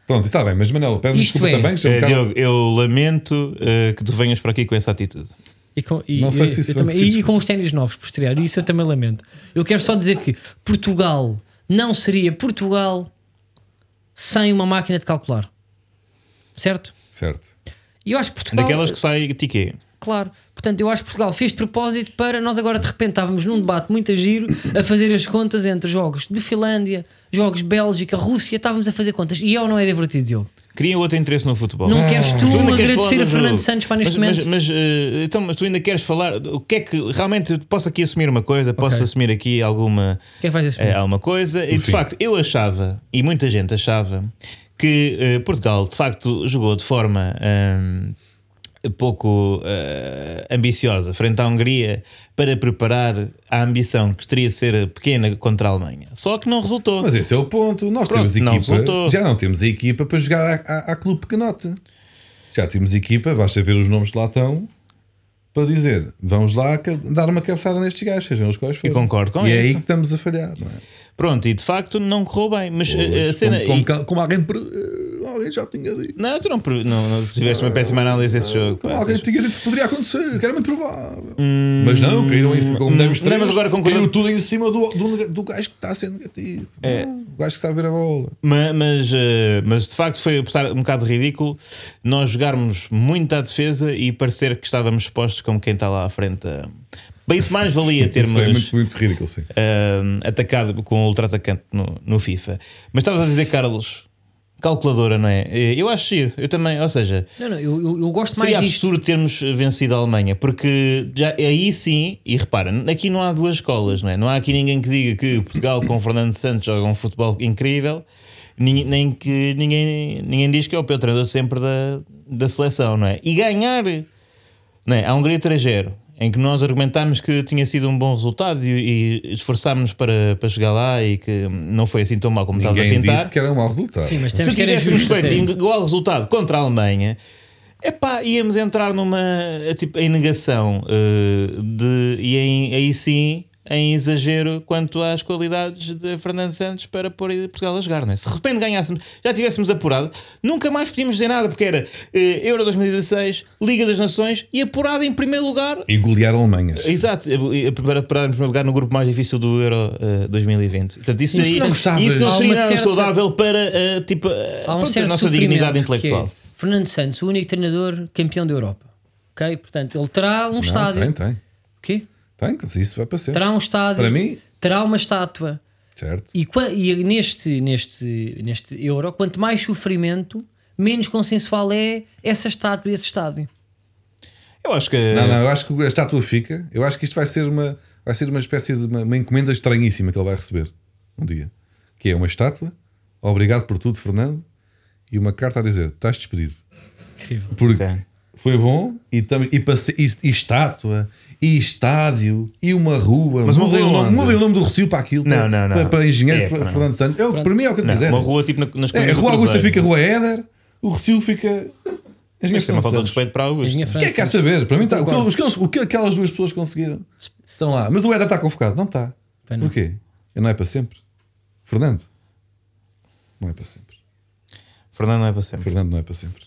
Pronto, está bem, mas Manel, pede-me
Isto
desculpa
é-
também. que isto é um
Eh,
bocado-
Diogo, eu lamento eh, que tu venhas para aqui com essa atitude.
E com, e,
Não sei
e-
se isso
eu
vai
também-
ter
e- e
desculpa.
com os ténis novos posterior, isso eu também lamento. Eu quero só dizer que Portugal não seria Portugal sem uma máquina de calcular. Certo?
Certo.
E eu acho que Portugal.
Daquelas que sai tiquê.
Claro. Portanto, eu acho que Portugal fez de propósito para nós agora de repente estávamos num debate muito a giro a fazer as contas entre jogos de Finlândia, jogos Bélgica, Rússia, estávamos a fazer contas. E é ou não é divertido, Diogo?
Cria outro interesse no futebol.
Não queres
Ah.
tu
ainda queres
agradecer
falar
a
do
Fernando
jogo.
Santos para neste
mas,
momento?
Mas, mas, eh, então, mas tu ainda queres falar? O que é que realmente eu posso aqui assumir uma coisa? Posso
Ok.
assumir aqui alguma,
Quem é faz esse
eh, alguma coisa? E de
fim.
facto, eu achava, e muita gente achava, que eh, Portugal de facto jogou de forma. ahm, pouco eh, ambiciosa frente à Hungria para preparar a ambição que teria de ser pequena contra a Alemanha. Só que não resultou.
Mas esse é o ponto. Nós
Pronto,
temos
não
equipa.
resultou.
já não temos a equipa para jogar à, à- à Clube Pequenote. Já temos equipa, basta ver os nomes que lá estão para dizer vamos lá ca- dar uma cabeçada nestes gajos, sejam os quais forem.
concordo com
E é
isso.
aí que estamos a falhar, não é?
Pronto, e de facto não correu bem. Mas eh, a,
Pois,
cena.
como, como
e-
ca- como alguém. per- eh, alguém já tinha dito.
Não, tu não, pre- não, não tiveste uma péssima análise desse jogo.
Como
pá.
alguém tinha dito que poderia acontecer, que era muito provável. mas não, caíram em cima. Como
hum,
demos três,
não, mas agora concordando-
caiu tudo em cima do, do, nega- do gajo que está a ser negativo.
É.
Não, o gajo que sabe ver a bola.
Ma- Mas, eh, mas de facto foi apesar, um bocado ridículo nós jogarmos muito à defesa e parecer que estávamos expostos como quem está lá à frente. eh. Bem, isso mais valia
Isso foi
termos
muito, muito ridículo, sim.
eh, atacado com um ultra-atacante no, no FIFA. Mas estavas a dizer, Carlos, calculadora, não é? Eh, Eu acho giro, eu também, ou seja,
Não, não, eu, eu, eu gosto mais
Seria
disto.
absurdo termos vencido a Alemanha, porque já, é aí sim, e repara, aqui não há duas escolas, não é? Não há aqui ninguém que diga que Portugal com Fernando Santos joga um futebol incrível, nem, nem que ninguém, ninguém diz que é o pior treinador sempre da, da seleção, não é? E ganhar não é? a Hungria 3-0, em que nós argumentámos que tinha sido um bom resultado e, e esforçámos-nos para, para chegar lá e que não foi assim tão mal como estava a
Ninguém
pintar
disse que era um mau resultado.
Sim, mas temos
se
que era
tivéssemos
justo.
feito
até.
igual resultado contra a Alemanha, epá, íamos entrar numa eh, tipo, em negação eh, de, e em- aí sim em exagero quanto às qualidades de Fernando Santos para pôr Portugal a jogar, não é? Se de repente ganhássemos, já tivéssemos apurado, nunca mais podíamos dizer nada, porque era eh, Euro 2016, Liga das Nações e apurado em primeiro lugar
E golear Alemanhas.
Exato, e- e para parar em primeiro lugar no grupo mais difícil do Euro eh, 2020. Portanto, isso,
Isso
aí-
não gostavas.
isso não
Há
seria
uma
nada
certa-
saudável para eh, tipo, eh,
há um
pronto, a
certo
nossa
sofrimento,
dignidade
que
intelectual.
é Fernando Santos, o único treinador campeão da Europa. Ok? Portanto, ele terá um
Não,
estádio.
tem, tem.
O quê?
Tem, que- isso vai para sempre.
Terá um estádio.
Para mim-
Terá uma estátua.
Certo.
E, qua- e neste, neste, neste euro, quanto mais sofrimento, menos consensual é essa estátua e esse estádio.
Eu acho que é
Não, não, eu acho que a estátua fica. Eu acho que isto vai ser uma, vai ser uma espécie de uma, uma encomenda estranhíssima que ele vai receber um dia. Que é uma estátua, obrigado por tudo, Fernando, e uma carta a dizer: estás despedido.
Incrível.
Porque
Ok.
foi bom, e, tam- e, passe- e- e estátua, e estádio, e uma rua.
Mas uma
mudem,
rua
o nome,
onde?
mudem o nome do Recio para aquilo,
Não,
para,
não, não.
para, para engenheiro
É,
Fer-
pá, não.
Fernando Santos. É o- para mim é o que eu
Não,
quiser.
uma rua tipo na- nas
É,
colinas
a
do
Rua Augusta
Cruzeiro.
fica Rua Éder, o Recio fica. Engenheiro
Isto é uma
Fernando
falta de
Santos.
respeito para a Augusta.
Engenheiro
O que é que há a
Francis.
saber? Para mim, tá, o, que,
Concordo.
os que eles- o que aquelas duas pessoas conseguiram estão lá. Mas o Eda está convocado? Não está.
Pois não.
Porquê? Ele Não é para sempre. Fernando? Não é para sempre.
Fernando não é para sempre.
Fernando não é para sempre.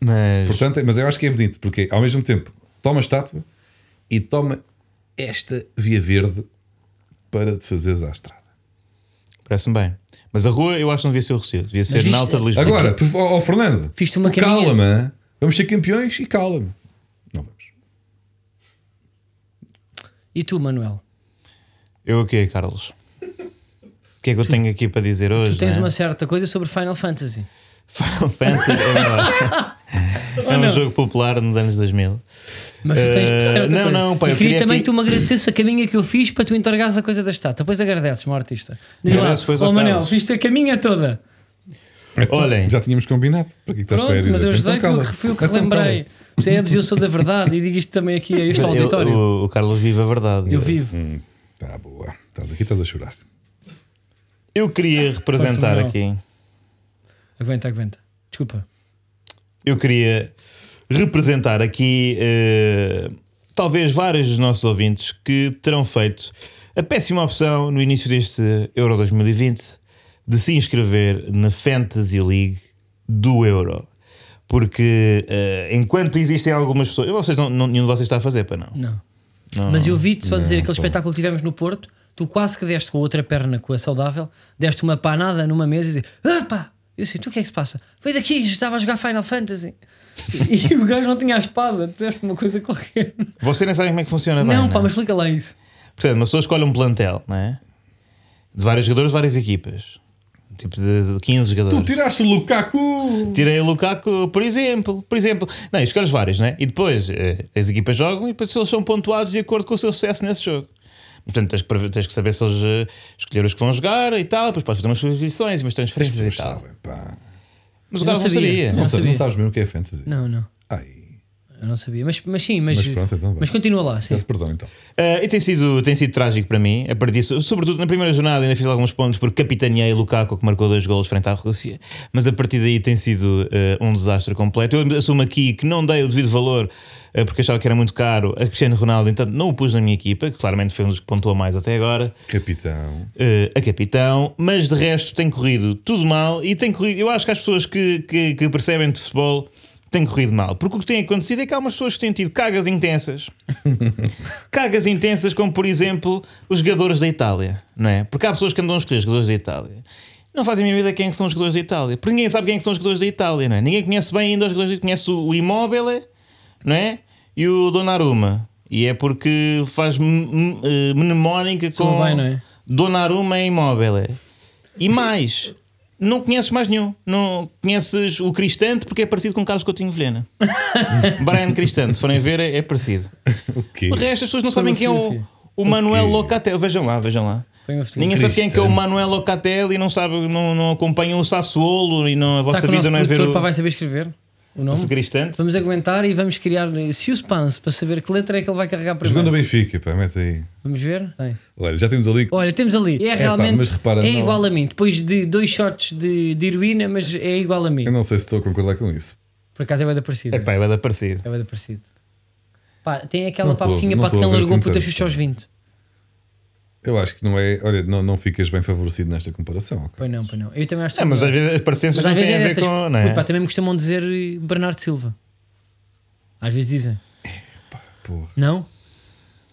Mas
Portanto, é- mas eu acho que é bonito, porque ao mesmo tempo toma a estátua e toma esta via verde para te fazeres à estrada.
parece-me bem. Mas a rua eu acho que não devia ser o Rocio, devia ser
viste-
na alta de Lisboa.
Agora, por- ó ó, Fernando,
Fiz-te uma
tu cala-me. Vamos ser campeões e cala-me. Não vamos.
E tu, Manuel?
eu o quê, Carlos? O que é que eu tenho aqui para dizer hoje?
Tu tens
né?
uma certa coisa sobre Final Fantasy.
Final Fantasy é verdade.
Oh,
É um jogo popular nos anos 2000.
Mas tu tens
Eh,
certa
não,
coisa.
não, pá,
e queria
eu queria
também
aqui-
que tu me agradecesse a caminha que eu fiz para tu entregares a coisa da estátua. Depois agradeces, meu artista. Diz lá,
Agradeço, pois, ao
oh, Manuel,
Carlos."
viste a caminha toda.
Então,
Olhem.
já tínhamos combinado. Para que é que estás
Pronto,
para aí
mas
dizer?
eu ajudei,
Então
fui, o
cala-te.
que- fui o que
Então
relembrei.
cala-te.
Percebes? Eu sou da verdade e digo isto também aqui a este
Ele-
auditório.
o, o Carlos vive a verdade.
eu vivo.
Tá boa. Estás aqui, estás a chorar.
Eu queria representar
Faça-me
aqui.
Aguenta, aguenta. Desculpa.
Eu queria representar aqui eh, talvez vários dos nossos ouvintes que terão feito a péssima opção no início deste Euro 2020 de se inscrever na Fantasy League do Euro. Porque eh, enquanto existem algumas pessoas. Vocês não, não, nenhum de vocês está a fazer, para não.
Não. Mas eu vi-te só dizer aquele espetáculo que tivemos no Porto, tu quase que deste com a outra perna, com a saudável, deste uma panada numa mesa e dizes: Ah, pá! Eu disse: Tu o que é que se passa? Veio daqui, estava a jogar Final Fantasy. e o gajo não tinha a espada, tu deste uma coisa qualquer.
Você nem sabe como é que funciona. bem,
não, pá,
é?
mas explica lá isso.
Portanto, uma pessoa escolhe um plantel, não é? De vários jogadores, de várias equipas. Tipo de de 15 jogadores.
Tu tiraste o Lukaku.
Tirei o Lukaku, por exemplo, por exemplo. Não, escolhes vários, né? E depois eh, as equipas jogam e depois eles são pontuados de acordo com o seu sucesso nesse jogo. Portanto, tens que, prever- tens que saber se eles eh, escolheram os que vão jogar e tal, depois podes fazer umas substituições, umas transferências e
Mas
tal.
sabem, pá.
Mas o
Eu
cara
não sabia.
não sabia.
Não
Não, sabes,
sabia.
não sabes mesmo o que é fantasy.
Não, não.
Ai.
Eu não sabia. Mas, mas sim, mas,
Mas pronto, então vá.
mas continua lá. Sim.
Peço perdão então.
Eh, e tem sido, tem sido trágico para mim, a partir disso. Sobretudo na primeira jornada ainda fiz alguns pontos porque capitaneei Lukaku, que marcou dois golos frente à Rússia. Mas a partir daí tem sido eh, um desastre completo. Eu assumo aqui que não dei o devido valor eh, porque achava que era muito caro a Cristiano Ronaldo, então não o pus na minha equipa, que claramente foi um dos que pontuou mais até agora.
Capitão.
eh, a capitão, mas de resto tem corrido tudo mal e tem corrido. Eu acho que as pessoas que, que, que percebem de futebol têm corrido mal, porque o que tem acontecido é que há umas pessoas que têm tido cagas intensas, cagas intensas, como por exemplo os jogadores da Itália, não é? Porque há pessoas que andam a escolher os jogadores da Itália. Não fazem a mínima ideia quem é que são os jogadores da Itália, porque ninguém sabe quem é que são os jogadores da Itália, não é? Ninguém conhece bem ainda os jogadores, conhece o o Immobile, não é? E o Donnarumma. E é porque faz m- m- eh, mnemónica
Soa
com
bem, não é?
Donnarumma é imóvel. E mais, não conheces mais nenhum. Não conheces o Cristante porque é parecido com Carlos Coutinho Vilhena. Brian Cristante, se forem ver, é, é parecido.
O quê?
O resto, as pessoas não sabem quem é o, o Manuel
quê?
Locatelli. Vejam lá, vejam lá.
Foi uma fotografia.
Ninguém sabe quem é, que é o
Cristante.
Manuel Locatelli e não, sabe, não, não acompanham o Sassuolo e não, a vossa
Será que o nosso
vida não é ver
produtor
o,
pá, vai saber escrever o
o
nome?
Cristante.
Vamos aguentar e vamos criar suspense para saber que letra é que ele vai carregar primeiro.
Jogando a Benfica, pá, mete aí.
Vamos ver? Bem.
Olha, já temos ali.
Olha, temos ali. É realmente.
mas repara,
é
não-
igual a mim. Depois de dois shots de, de heroína, mas é igual a mim.
Eu não sei se estou a concordar com isso.
Por acaso é bem da parecida.
É pá, vai dar parecido.
É bem da parecida. Pá, tem aquela
Não tô a-
papoquinha
não
para
tô a
quem
ver
largou
assim
para
tanto,
ter aos 20.
Eu acho que não é. Olha, não, não ficas bem favorecido nesta comparação. ok?
Pois não, pois não. Eu também acho que.
É, mas
não.
às vezes as parecenças
Mas às
não
vezes
têm
é
a ver
dessas.
com. Não é?
Puto, pá, também me costumam dizer eh, Bernardo Silva. Às vezes dizem.
Porra,
Não?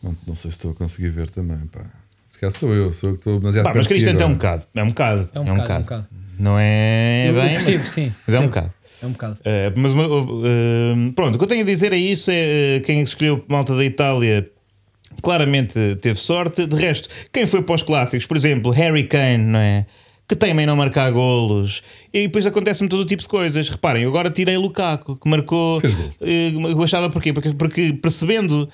não, não sei se estou a conseguir ver também, pá. Se calhar sou eu, sou eu que estou demasiado
Pá, mas
perto de ti
Cristante é um
agora.
bocado. É um bocado.
É um bocado, é um bocado.
Não é
Eu- eu
bem.
percebo,
mas-
sim,
Mas é um
percebo.
bocado.
É um bocado.
Eh, mas uma- eh, pronto, o que eu tenho a dizer é isso: é, eh, quem escolheu malta da Itália claramente teve sorte. De resto, quem foi para os clássicos, por exemplo, Harry Kane, não é? Que temem não marcar golos. E depois acontece-me todo o tipo de coisas. Reparem, eu agora tirei Lukaku, que marcou.
Fez gol.
Eh, eu achava porquê? Porque, porque percebendo,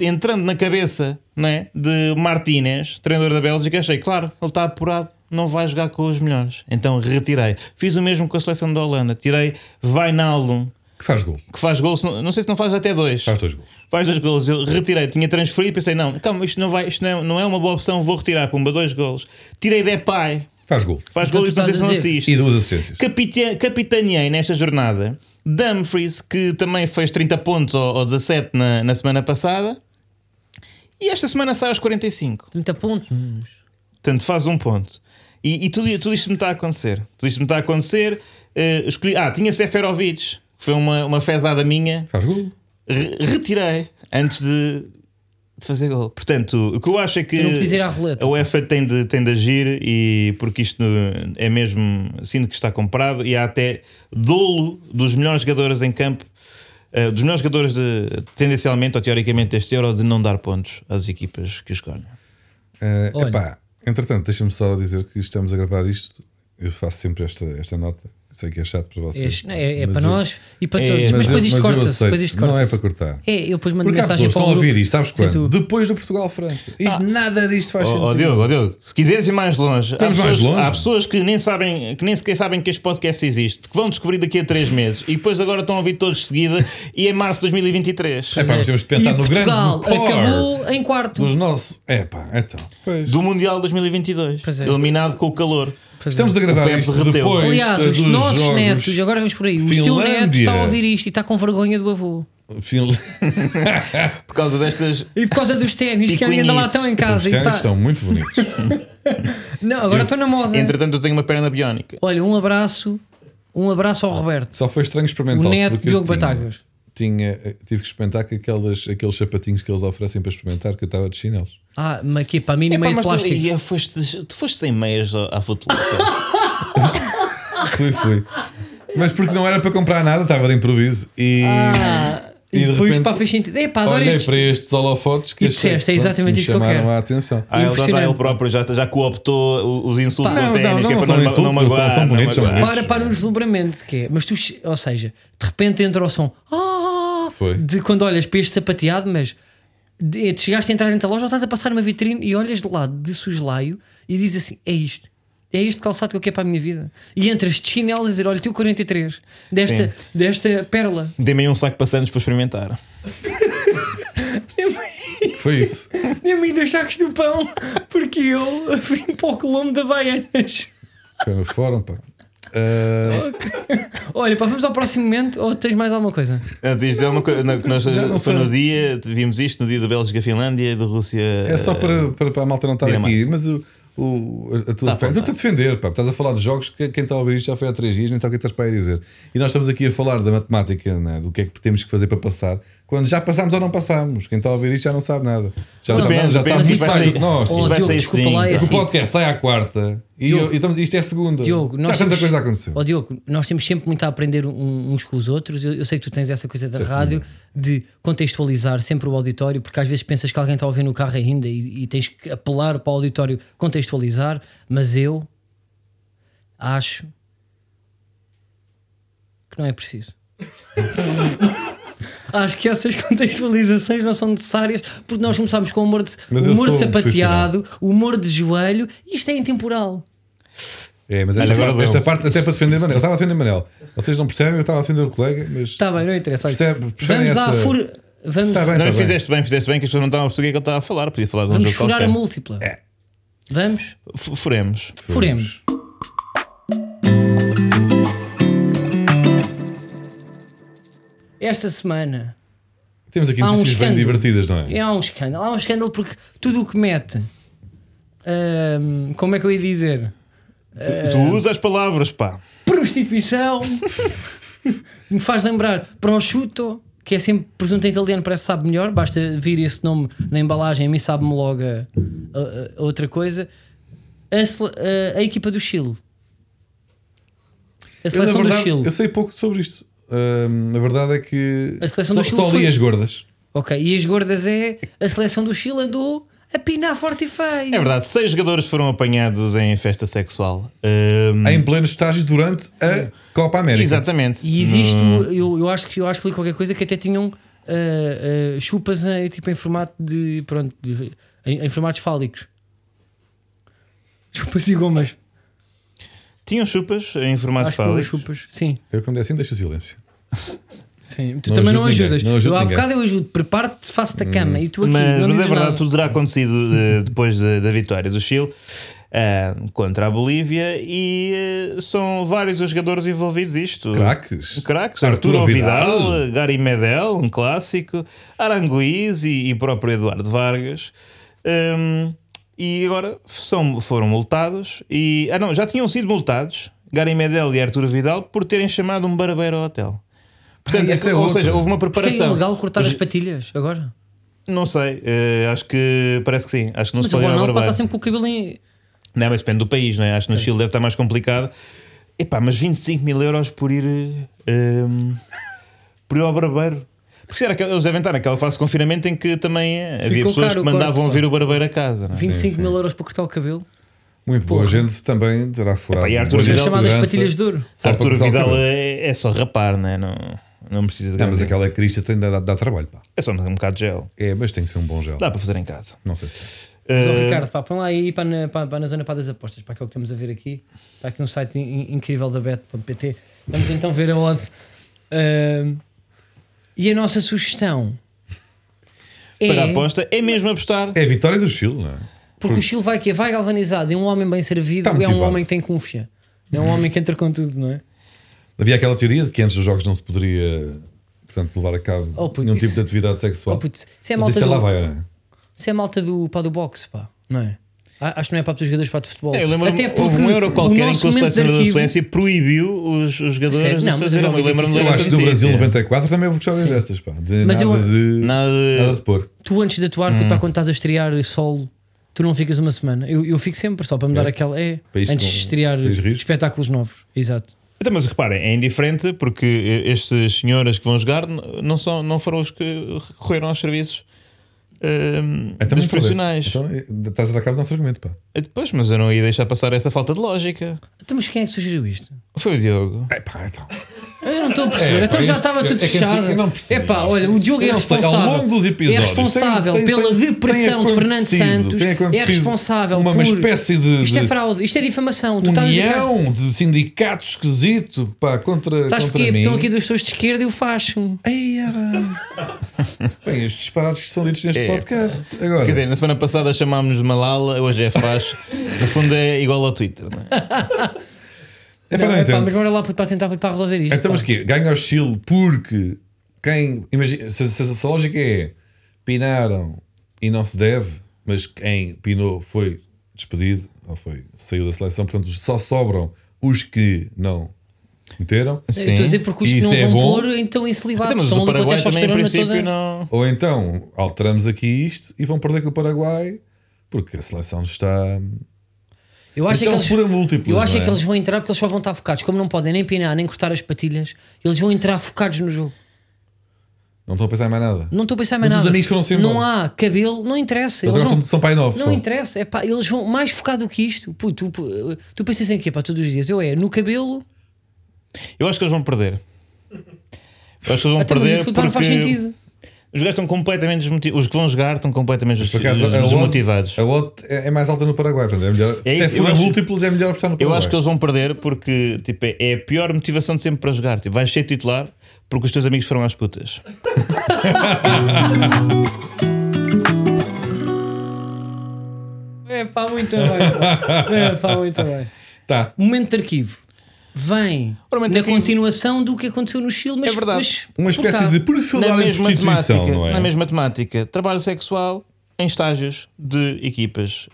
entrando na cabeça não é, de Martínez, treinador da Bélgica, achei, claro, ele está apurado, não vai jogar com os melhores. Então retirei. Fiz o mesmo com a seleção da Holanda. Tirei Wijnaldum,
Que faz gol.
que faz gol, se não, não sei se não faz até dois.
Faz dois gols.
Faz dois golos, eu retirei, tinha transferido, pensei, não, calma, isto não, vai, isto não é, não é uma boa opção, vou retirar, pumba, dois golos. Tirei Depay,
Faz gol.
faz
Então
golos,
tu
não sei
estás
se
a
não
dizer-
assiste.
E duas assistências.
Capite- capitaneei nesta jornada Dumfries, que também fez 30 pontos ou, ou 17 na, na semana passada, e esta semana sai aos 45.
Muito ponto. Nunes.
Portanto, faz um ponto. E, e tudo, tudo isto me está a acontecer. Tudo isto me está a acontecer. Eh, escolhi, ah, tinha Seferovic, que foi uma, uma fezada minha,
Faz gol.
Re- retirei antes de, de fazer gol. Portanto, o que eu acho é que
Tu não podes ir à roleta.
a UEFA tem de, tem de agir e porque isto é mesmo sinto que está comprado e há até dolo dos melhores jogadores em campo. eh, dos melhores jogadores de, tendencialmente ou teoricamente deste Euro de não dar pontos às equipas que escolhem.
Eh,
Olha.
epá, entretanto, deixa-me só dizer que estamos a gravar isto. Eu faço sempre esta, esta nota. Sei que é chato para
É,
vocês.
não, é- é
mas
para
eu-
nós e para
É,
todos. Mas,
mas
depois
eu-
isto
mas eu
corta-se.
aceito.
Depois isto
Não
corta-se.
é para cortar.
É, eu depois mando
Porque há pessoas que
mensagem para
estão a
o
ouvir
grupo.
isto, sabes
Sim, tu- Ah.
quando? Depois do Portugal-França. Isto, Nada disto
Ó
faz sentido.
ó, Oh, Diogo, ó, Diogo, se quiseres ir mais longe, há
Vamos
pessoas,
mais longe.
há pessoas que nem sabem, que nem sequer sabem que este podcast existe, que vão descobrir daqui a três meses e depois agora estão a ouvir todos de seguida e é março de 2023.
É pá, mas temos de pensar
e
no
Portugal
grande no core
acabou em quarto.
dos nossos. É pá, então. Pois.
do Mundial 2022,
Pois é.
eliminado com o calor.
Pois é.
Estamos a
O
gravar
Pepe
isto
derreteu.
depois
Aliás,
eh,
os
dos
nossos
jogos.
netos, agora vamos por aí. O teu
Finlândia.
neto está a ouvir isto e está com vergonha do avô.
Finl-
Por causa destas.
E por causa dos ténis
E
que ainda lá
conheço.
estão em
Os
casa. e
ténis
tá-
estão muito bonitos.
Não, agora estão na moda.
Entretanto, eu tenho uma perna biónica.
Olha, um abraço, um abraço ao Roberto.
Só foi estranho experimentar.
O neto
porque
Diogo
eu tinha-
Batáguas.
Tinha, eh, tive que experimentar com aquelas, aqueles sapatinhos que eles oferecem para experimentar, que eu estava de chinelos.
Ah, mas aqui para mim nem
Epá,
meio de
mas tu,
plástico.
e, foste, tu foste sem meias ao- à futebol.
Fui, fui. Mas porque não era para comprar nada, estava de improviso. E,
Ah, e,
e de
depois
repente
pá, fez sentido. Epá, adoro
olhei
estes-
para estes holofotes que
E
achei-
disseste, é
pronto,
exatamente
me
isto que eu
chamaram
quero.
a
Ah,
atenção.
ele já está
Impressionante.
ele próprio, já, já cooptou o- os insultos
Pá,
ao
não,
ténis,
não,
que é
não
para
são
ma-
insultos, são-
magoar,
são bonitos, são
magoar.
bonitos.
Para, para um deslumbramento que é. Mas tu, che- ou seja, de repente entra o som. Ah,
Foi.
De quando olhas para este sapateado, mas de, tu chegaste a entrar dentro da loja ou estás a passar uma vitrine e olhas de lado de soslaio e diz assim: é isto. É este calçado que eu quero para a minha vida. E entras de chinelo e dizer: Olha, teu 43, desta,
Sim.
desta pérola.
Dei-me aí um saco passando para experimentar.
Foi isso.
Nem me sacos do pão, porque eu vim para o Colombo da Baianas.
Foi no fórum, pá. Ah,
Olha, pá, vamos ao próximo momento ou tens mais alguma coisa?
Ah, Diz dizer uma coisa, não, que nós
já não
foi
sei.
no dia, vimos isto no dia da Bélgica-Finlândia, da Rússia.
é só para, para, para a malta não estar
Dinamarca.
aqui, mas o, o- a, a tua
Eh, Tá
defesa.
bom,
Estou-te a defender, pá. Estás a falar de jogos que quem está a ouvir isto já foi há três dias, nem sabe o que estás para aí dizer. E nós estamos aqui a falar da matemática, né, do que é que temos que fazer para passar, quando já passámos ou não passámos. Quem está a ouvir isto já não sabe nada. Já não sabe
Depende,
nada, já
depende,
sabe
mas
muito
isso
mais
vai
do que nós.
sair-
Oh,
vai
Diogo,
sair
desculpa
cedinho,
lá, é
pá.
O
assim.
podcast sai à quarta e, eu- e estamos- isto é segunda.
Diogo,
já
nós
tanta
temos,
coisa a acontecer.
Oh, Diogo, nós temos sempre muito a aprender um- uns com os outros. Eu, eu sei que tu tens essa coisa da rádio de contextualizar sempre o auditório, porque às vezes pensas que alguém está a ouvir no carro ainda e, e tens que apelar para o auditório contextualizar. Mas eu acho que não é preciso. Acho que essas contextualizações não são necessárias porque nós começámos com o humor de,
Mas eu
humor de
sou um
sapateado, humor de joelho e isto é intemporal.
É, mas
Olha,
esta,
agora
parte,
deu.
esta parte até é para defender Manel. Eu estava a defender Manel. Vocês não percebem, eu estava a defender o colega, mas.
Está Tá bem, não interessa. olha.
Percebe- percebe
vamos à
essa-
fur... Vamos,
Tá bem,
Não,
tá bem.
fizeste bem, fizeste bem, que as pessoas não estavam a perceber o que é que ele estava a falar. Podia falar de um
vamos
jogo
furar
qualquer.
a múltipla.
É.
Vamos,
F- Furemos.
furemos. Esta semana
Temos aqui
Há um
notícias bem
escândalo.
divertidas, não é?
é um escândalo. Há um escândalo porque tudo o que mete. hum, como é que eu ia dizer? É.
Tu usas as palavras, pá.
Prostituição me faz lembrar prosciutto, que é sempre presunto em italiano, parece que sabe melhor. Basta vir esse nome na embalagem, a mim sabe-me logo a, a- a outra coisa. A, sele- a- a equipa do Chile, a
Eu, na
seleção do
verdade,
Chile,
eu sei pouco sobre isto. Ahm, a verdade é que
A seleção
só,
do Chile
só li
foi-
as gordas.
ok. E as gordas é a seleção do Chile andou a pinar forte e feio.
É verdade, seis jogadores foram apanhados em festa sexual. Ehm, Ahm,
Em pleno estágio durante a Copa América.
exatamente.
E existe, um-
No-
Hum.
eu, eu, acho que, eu acho que li qualquer coisa que até tinham ah, ah, chupas em, tipo, em formato de. Pronto, de- em, em formatos fálicos. Chupas e gomas.
Tinham chupas em formato
Acho que foram
fálico.
chupas. Sim,
Eu, quando é assim, deixo o silêncio.
sim. Tu
Não
também
ajudo
não
ninguém,
ajudas.
não ajudo
eu há
ninguém. Uhum.
bocado eu ajudo. Preparo-te, faço-te a cama e tu aqui.
Mas,
não
mas é
dizes
verdade,
nada.
tudo terá acontecido eh, depois da, da vitória do Chile ah, contra a Bolívia e eh, são vários os jogadores envolvidos isto.
Craques.
Craques,
Arturo
Arturo, Vidal,
Vidal.
eh, Gary Medel, um clássico, Aranguiz e, e próprio Eduardo Vargas. Hum, e agora são, foram multados e ah não, já tinham sido multados Gary Medel e Arturo Vidal por terem chamado um barbeiro ao hotel. Portanto,
Ah, esse é
ou
outro.
seja, houve uma
Porque é
preparação.
ilegal cortar as patilhas agora.
Não sei, eh, acho que parece que sim. Acho que não
Mas
se
o
pode ir ao
Ronaldo pode
barbeiro.
estar sempre com o cabelo em.
Não, mas depende do país, não é? Acho que no Chile deve estar mais complicado. Epá, mas 25 mil euros por ir, eh, ehm, por ir ao barbeiro. Porque será que eles devem estar naquela fase de confinamento em que também eh, havia
Ficou
pessoas
caro
que
o
mandavam
corte,
vir o barbeiro a casa, não é?
25
sim.
mil euros para cortar o cabelo.
Muito boa gente também terá furado.
Epá, e Arturo
bolhas de
Vidal-
Chamadas
segurança
patilhas de ouro.
só para
Arturo
cortar o
Vidal
cabelo.
é, é só rapar, não é? Não, não precisa de
Não, mas
grande-
aquela crista tem de dar, dar trabalho, pá.
É só um bocado de gel.
É, mas tem que ser um bom gel.
Dá para fazer em casa.
Não sei se. é.
Mas, ó,
Eh,
Ricardo, pá, põe lá aí para na, para, para na zona para das apostas, para aquilo que estamos a ver aqui. Está aqui um site in- incrível da bet.pt. Vamos então ver a odd. Ahm, e a nossa sugestão é
Para a aposta, é mesmo apostar.
É a vitória do Chile, não é?
porque o Chile vai que vai galvanizado, é um homem bem servido,
Tá
Está
é um
motivado.
homem que tem confia. É um homem que entra com tudo, não é?
Havia aquela teoria de que antes dos jogos não se poderia portanto, levar a cabo
Oh, puto,
nenhum
isso-
tipo de atividade sexual.
Oh, puto, se é
mas
malta
isso é lá
do-
vai, não é?
Isso é malta do, pá, do boxe, pá, não é? Ah, Acho que não é para os jogadores pá, de futebol.
É, eu lembro-me
Até
houve
porque
um euro qualquer
o
em
nosso
que o
momento de
selecionador da
arquivo-
Suécia proibiu os, os
Sério?
jogadores
Não,
de
mas
fazer
eu não vou
algo. Eu
dizer
lembro-me
que
Eu
Essa
acho que do Brasil
notícia.
94 também houve puxar dessas, pá. De
Mas
nada,
eu-
de, nada,
Nada de-
de pôr.
tu antes de atuar,
Hum.
tipo, pá, quando estás a estrear solo, tu não ficas uma semana. Eu, eu fico sempre só para me dar aquela. É,
Para isto
antes de
não-
estrear
para isto rir.
espetáculos novos. Exato.
Então, mas reparem, é indiferente porque eh, estes senhoras que vão jogar n- não, são, não foram os que recorreram aos serviços ehm,
É
Então,
dos
vamos fazer.
profissionais.
Então, eh, estás a dar cabo do nosso argumento, pá.
Eh, Depois, mas eu não ia deixar passar essa falta de lógica.
Então, mas quem é que sugeriu isto?
Foi o Diogo.
É, pá, então.
Eu não estou a perceber.
É,
então
pá,
já
isto-
estava
é
tudo
que eu
fechado.
não percebi.
É pá, olha, o Diogo é
Eu não sei, ao
responsável.
longo dos episódios,
é responsável
tem- tem-
pela
tem-
depressão
tem
de Fernando
acontecido,
Santos.
tem
É
acontecido
responsável
uma-
por.
uma espécie de-
Isto é
de-
fraude, isto é difamação. Tu estás a dizer-
União de sindicato esquisito, pá, contra.
Sabes
contra
porquê? Porque
mim.
Estão aqui duas pessoas de esquerda e o facho.
Ei, era. Bem, estes disparados que são ditos neste
É,
podcast. Agora,
Quer dizer, na semana passada chamámos-nos Malala, hoje é Faz. No fundo é igual ao Twitter, não é?
é
Não,
para não
é pá,
entender.
mas bora lá puto, para tentar para resolver isto.
Então, mas
pá.
que ganha o Chile porque quem imagina, se, se- se a lógica é pinaram e não se deve, mas quem pinou foi despedido ou foi saiu da seleção, portanto só sobram os que não meteram.
Eu estou a dizer porque os que
Isso
não
é
vão
bom.
pôr, então em celibato.
Até, mas
Estão
o
ali com a
Paraguai também, em
testosterona toda.
princípio, não.
Ou então alteramos aqui isto e vão perder com o Paraguai porque a seleção está.
Eu
Mas
acho, é
são
que eles,
fura múltiplos,
eu acho é
não é?
que eles vão entrar porque eles só vão estar focados. Como não podem nem pinar, nem cortar as patilhas, eles vão entrar focados no jogo.
Não estão a pensar em mais nada.
Não estou a pensar mais
Mas os
nada.
amigos foram sempre
não
bons.
há cabelo, não interessa.
Eles
Eles
agora
não,
são, são pai novo.
não
são.
interessa. É pá, eles vão mais focado do que isto. Pô, tu, pô, tu pensas em quê? Pá, todos os dias. Eu é no cabelo.
Eu acho que eles vão perder. Eu acho que eles vão
Até mas
perder.
isso, pá,
Porque
não faz sentido.
Os gajos estão completamente desmotivados. Os que vão jogar estão completamente
Por acaso,
des-
a
desmotivados.
odd- a odd é é mais alta no Paraguai, portanto, é melhor.
É
se
isso,
é
eu
fura
acho-
múltiplos, é melhor apostar no
Eu
Paraguai.
acho que eles vão perder porque tipo, é- é a pior motivação de sempre para jogar. Tipo, vais ser titular porque os teus amigos foram às putas.
É pá, muito bem. É pá, muito bem.
Tá.
um Momento de arquivo. Vem
Ora, um momento
na
de arquivo.
continuação do que aconteceu no Chile, mas,
É verdade.
mas
Uma
por cá.
espécie de perfilar em prostituição,
temática,
não é?
na mesma temática, trabalho sexual em estágios de equipas.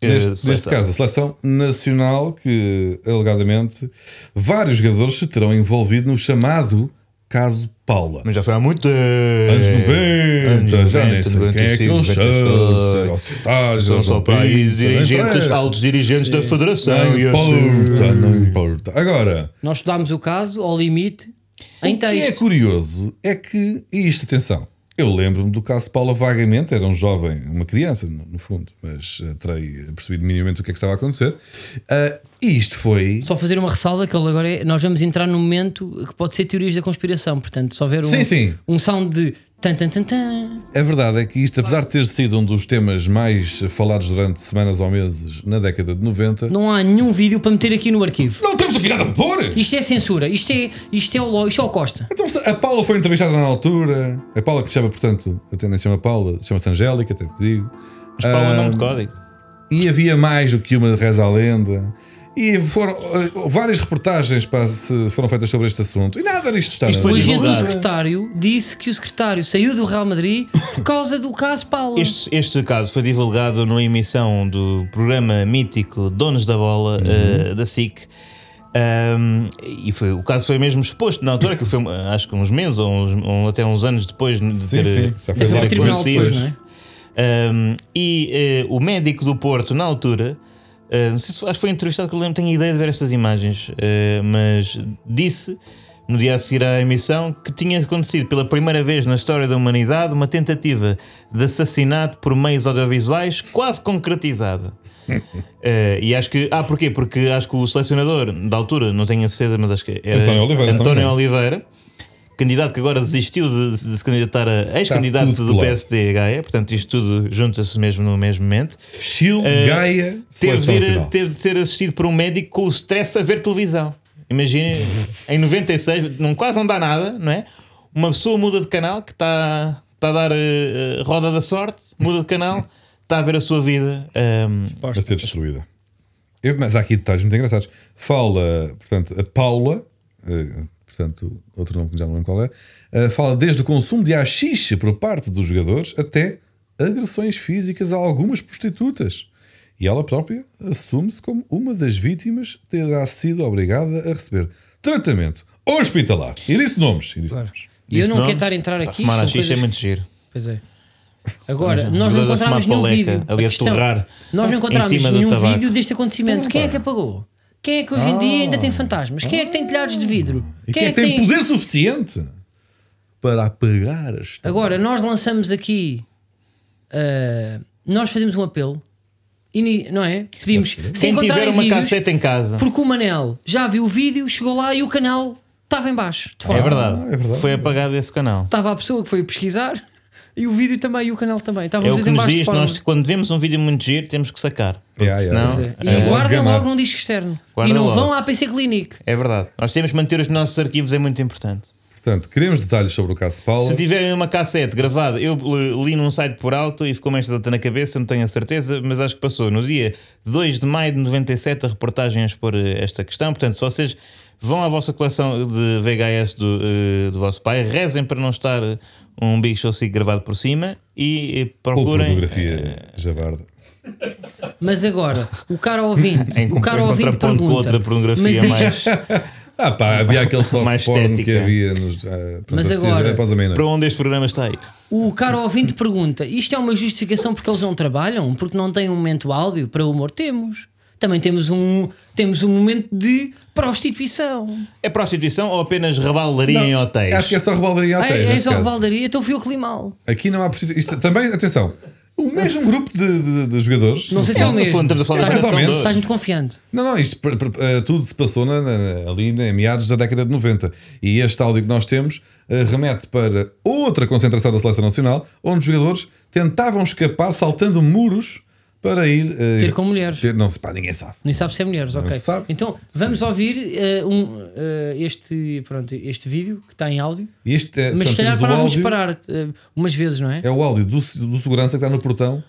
eh,
Neste,
de
neste
seleção.
caso, a seleção nacional, que alegadamente vários jogadores se terão envolvido no chamado caso Paula.
Mas já foi há muito eh,
Anos
Anos
90, já nem sei quem é que eles são, se é o secretário,
São
se é
só
o
para aí
príncipe, não
dirigentes,
interessa.
altos dirigentes da federação.
Não
e assim.
importa, não importa. Agora,
Nós estudámos o caso ao limite em
O que é
texto.
curioso é que, e isto, atenção, eu lembro-me do caso de Paula vagamente, era um jovem, uma criança, no, no fundo, mas eh, terei percebido minimamente o que é que estava a acontecer. Ah, e isto foi.
Só fazer uma ressalva que ele agora é, nós vamos entrar num momento que pode ser teorias da conspiração, portanto, só ver um,
Sim, sim.
um sound de tan tan tan tan.
A verdade é que isto, apesar de ter sido um dos temas mais falados durante semanas ou meses na década de 90, não,
Não há nenhum vídeo para meter aqui no arquivo.
temos aqui nada a pôr!
Isto é censura, isto é, isto é o Ló, isto é o Costa.
Então, se a Paula foi entrevistada na altura. A Paula que se chama, portanto, até nem se chama Paula, chama-se Angélica, até te digo.
Mas Paulo é nome de código.
E havia mais do que uma reza à lenda. E foram eh, várias reportagens pá, se foram feitas sobre este assunto. E nada disto está.
Isto
na-
O
foi
na-
agente do
divulgado.
secretário disse que o secretário saiu do Real Madrid por causa do caso Paulo.
Este, este caso foi divulgado numa emissão do programa mítico Donos da Bola eh, da SIC. Ahm, e foi, o caso foi mesmo exposto na altura, que foi ah, acho que uns meses ou, uns- ou até uns anos depois de
Sim,
ter,
sim, já foi
de ter
logo
Foi É ao tribunal
acontecido.
depois, não é?
Um, e eh, o médico do Porto, na altura, eh, não sei se foi- acho que foi entrevistado, que eu lembro, tenho ideia de ver estas imagens, eh, mas disse no dia a seguir à emissão que tinha acontecido pela primeira vez na história da humanidade uma tentativa de assassinato por meios audiovisuais quase concretizada. Eh, e acho que. Ah, porquê? Porque acho que o selecionador da altura, não tenho a certeza, mas acho que era
António Oliveira, se não me
António
engano.
Oliveira, candidato que agora desistiu de, de se candidatar a ex-candidato
tudo
do
colado.
PS THE, portanto isto tudo junta-se mesmo no mesmo momento,
Chile, Gaia,
Eh, teve de,
Seleção
ir,
Nacional.
teve de ser assistido por um médico com o stress a ver televisão. Imaginem, em 96, não, quase não dá nada, não é? Uma pessoa muda de canal, que está está a dar eh, eh, roda da sorte, muda de canal, está a ver a sua vida. ehm,
A ser destruída. Eu- mas há aqui detalhes muito engraçados. Fala, portanto, a Paula, eh, portanto, outro nome que já não lembro qual é, eh, fala desde o consumo de haxixe por parte dos jogadores até agressões físicas a algumas prostitutas. E ela própria assume-se como uma das vítimas terá sido obrigada a receber tratamento hospitalar. E disse nomes. E disse nomes.
E eu
disse
não
nomes,
quero estar a entrar
pá,
aqui.
Fumar
são
a xixi é
coisas-
muito giro.
Pois é. Agora, nós
Os
não
jogadores a
encontramos
fumar
nenhum
paleca,
vídeo.
ali a
A questão-
torrar
Nós não
em
encontramos
cima do
nenhum
tabaco.
vídeo deste acontecimento. Quem é que apagou? Quem é que hoje em dia ainda tem fantasmas? Quem é que tem telhados de vidro?
E quem, é que tem, poder suficiente para apagar as história?
Agora, nós lançamos aqui. ah, nós fazemos um apelo. E, ni- não é? Pedimos. Se
Quem tiver
encontrarem
uma
vídeos,
casseta em casa.
porque o Manel já viu o vídeo, chegou lá e o canal estava em baixo, de fora.
É verdade.
é verdade.
Foi apagado esse canal.
Estava a pessoa que foi pesquisar e o vídeo também e o canal também. Estavam
É
os
o
dois
que
em
nos
baixo de
diz,
forma.
nós quando vemos um vídeo muito giro temos que sacar. Porque
Yeah, yeah,
senão.
E
eh,
guardem
gamar.
logo num disco externo.
Guarda
e não
logo.
vão à PC Clinic.
É verdade. Nós temos que manter os nossos arquivos, é muito importante.
Portanto, queremos detalhes sobre o caso de Paula.
Se tiverem uma cassete gravada, eu li li num site por alto e ficou-me esta data na cabeça, não tenho a certeza, mas acho que passou no dia 2 de maio de 97 a reportagem a expor eh, esta questão. Portanto, se vocês vão à vossa coleção de VHS do, eh, do vosso pai, rezem para não estar eh, um Big Show Sig gravado por cima e eh,
Ou
procurem. eh,
pornografia javarda.
Mas agora, o cara ouvinte,
Em
o cara
compra- em
ouvinte
contraponto com
pergunta.
outra pornografia
mas é isto-
mais-
Ah pá, havia aquele soft
Mais
porn que
estética.
havia nos... ah, pronto,
Mas
eu preciso
agora-
ver após a meia-noite.
Para um onde este programa está a ir?
O cara ouvinte pergunta: isto é uma justificação porque eles não trabalham? Porque não têm um momento áudio para humor? Temos. Também temos um, temos um momento de prostituição.
É prostituição ou apenas rebaldaria em hotéis?
Acho que é só rebaldaria
Ai,
até.
é
neste
só
caso.
rebaldaria, então fui eu que li mal.
Aqui não há prostitu... Isto, também, atenção, o mesmo grupo de, de- de jogadores.
Não sei se é o
Então, No
mesmo.
fundo, estamos a falar
da
Estás-
geração
Estás
dois.
muito confiante.
Não, não, isto per- per- eh, tudo se passou na- na- ali né, em meados da década de 90. E este áudio que nós temos eh, remete para outra concentração da seleção nacional, onde os jogadores tentavam escapar saltando muros para ir. eh,
Ter com mulheres.
ter- não se pá, ninguém sabe.
Nem sabe se é mulheres, ok.
se sabe.
Então vamos ouvir eh, um, eh, este, pronto, este vídeo que está em áudio.
E Este é,
Mas se
portanto,
calhar
temos o
parávamos de
áudio-
parar eh, umas vezes, não é?
É o áudio do, do segurança que está no portão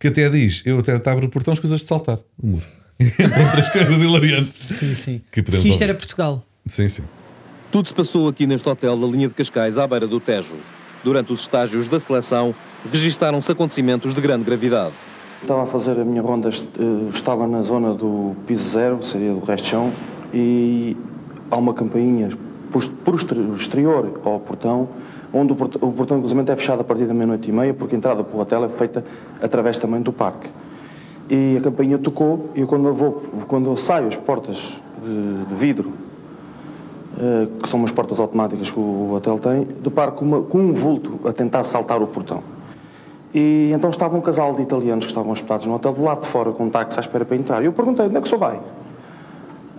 que até diz: Eu até te abro o portão, escusas de saltar o muro. Entre outras coisas hilariantes.
Sim, sim.
Que podemos
Que isto
ouvir.
era Portugal.
Sim, sim.
Tudo se passou aqui neste hotel da linha de Cascais, à beira do Tejo. Durante os estágios da seleção, registaram-se acontecimentos de grande gravidade.
Estava a fazer a minha ronda, est- eh, estava na zona do piso zero, seria do resto de chão, e há uma campainha por, por exter- exterior ao portão, onde o portão, o portão inclusive é fechado a partir da meia-noite e meia, porque a entrada pelo hotel é feita através também do parque. E a campainha tocou, e eu quando eu, vou, quando eu saio as portas de, de vidro, eh, que são umas portas automáticas que o hotel tem, deparo com, uma- com um vulto a tentar saltar o portão. E então estava um casal de italianos que estavam hospedados no hotel do lado de fora com um táxi à espera para entrar. E eu perguntei, onde é que o senhor vai?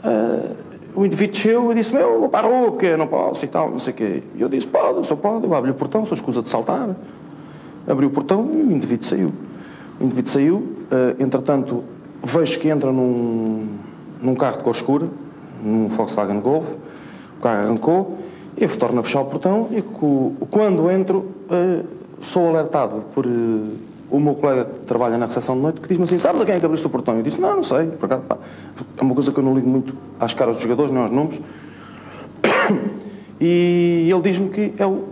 Ah, o indivíduo desceu e disse, eu vou para a rua porque eu não posso e tal, não sei o quê. E eu disse, pode, o senhor pode, eu abro-lhe o portão, o senhor escusa de saltar. Abri o portão e o indivíduo saiu. O indivíduo saiu, ah, entretanto, vejo que entra num, num carro de cor escura, num Volkswagen Golf, o carro arrancou, eu torno a fechar o portão e co- quando entro ah, sou alertado por ah, o meu colega que trabalha na recepção de noite que diz-me assim, sabes a quem é que abriste o portão? Eu disse, não, não sei, por acaso, pá, é uma coisa que eu não ligo muito às caras dos jogadores, não aos nomes. E ele diz-me que é o,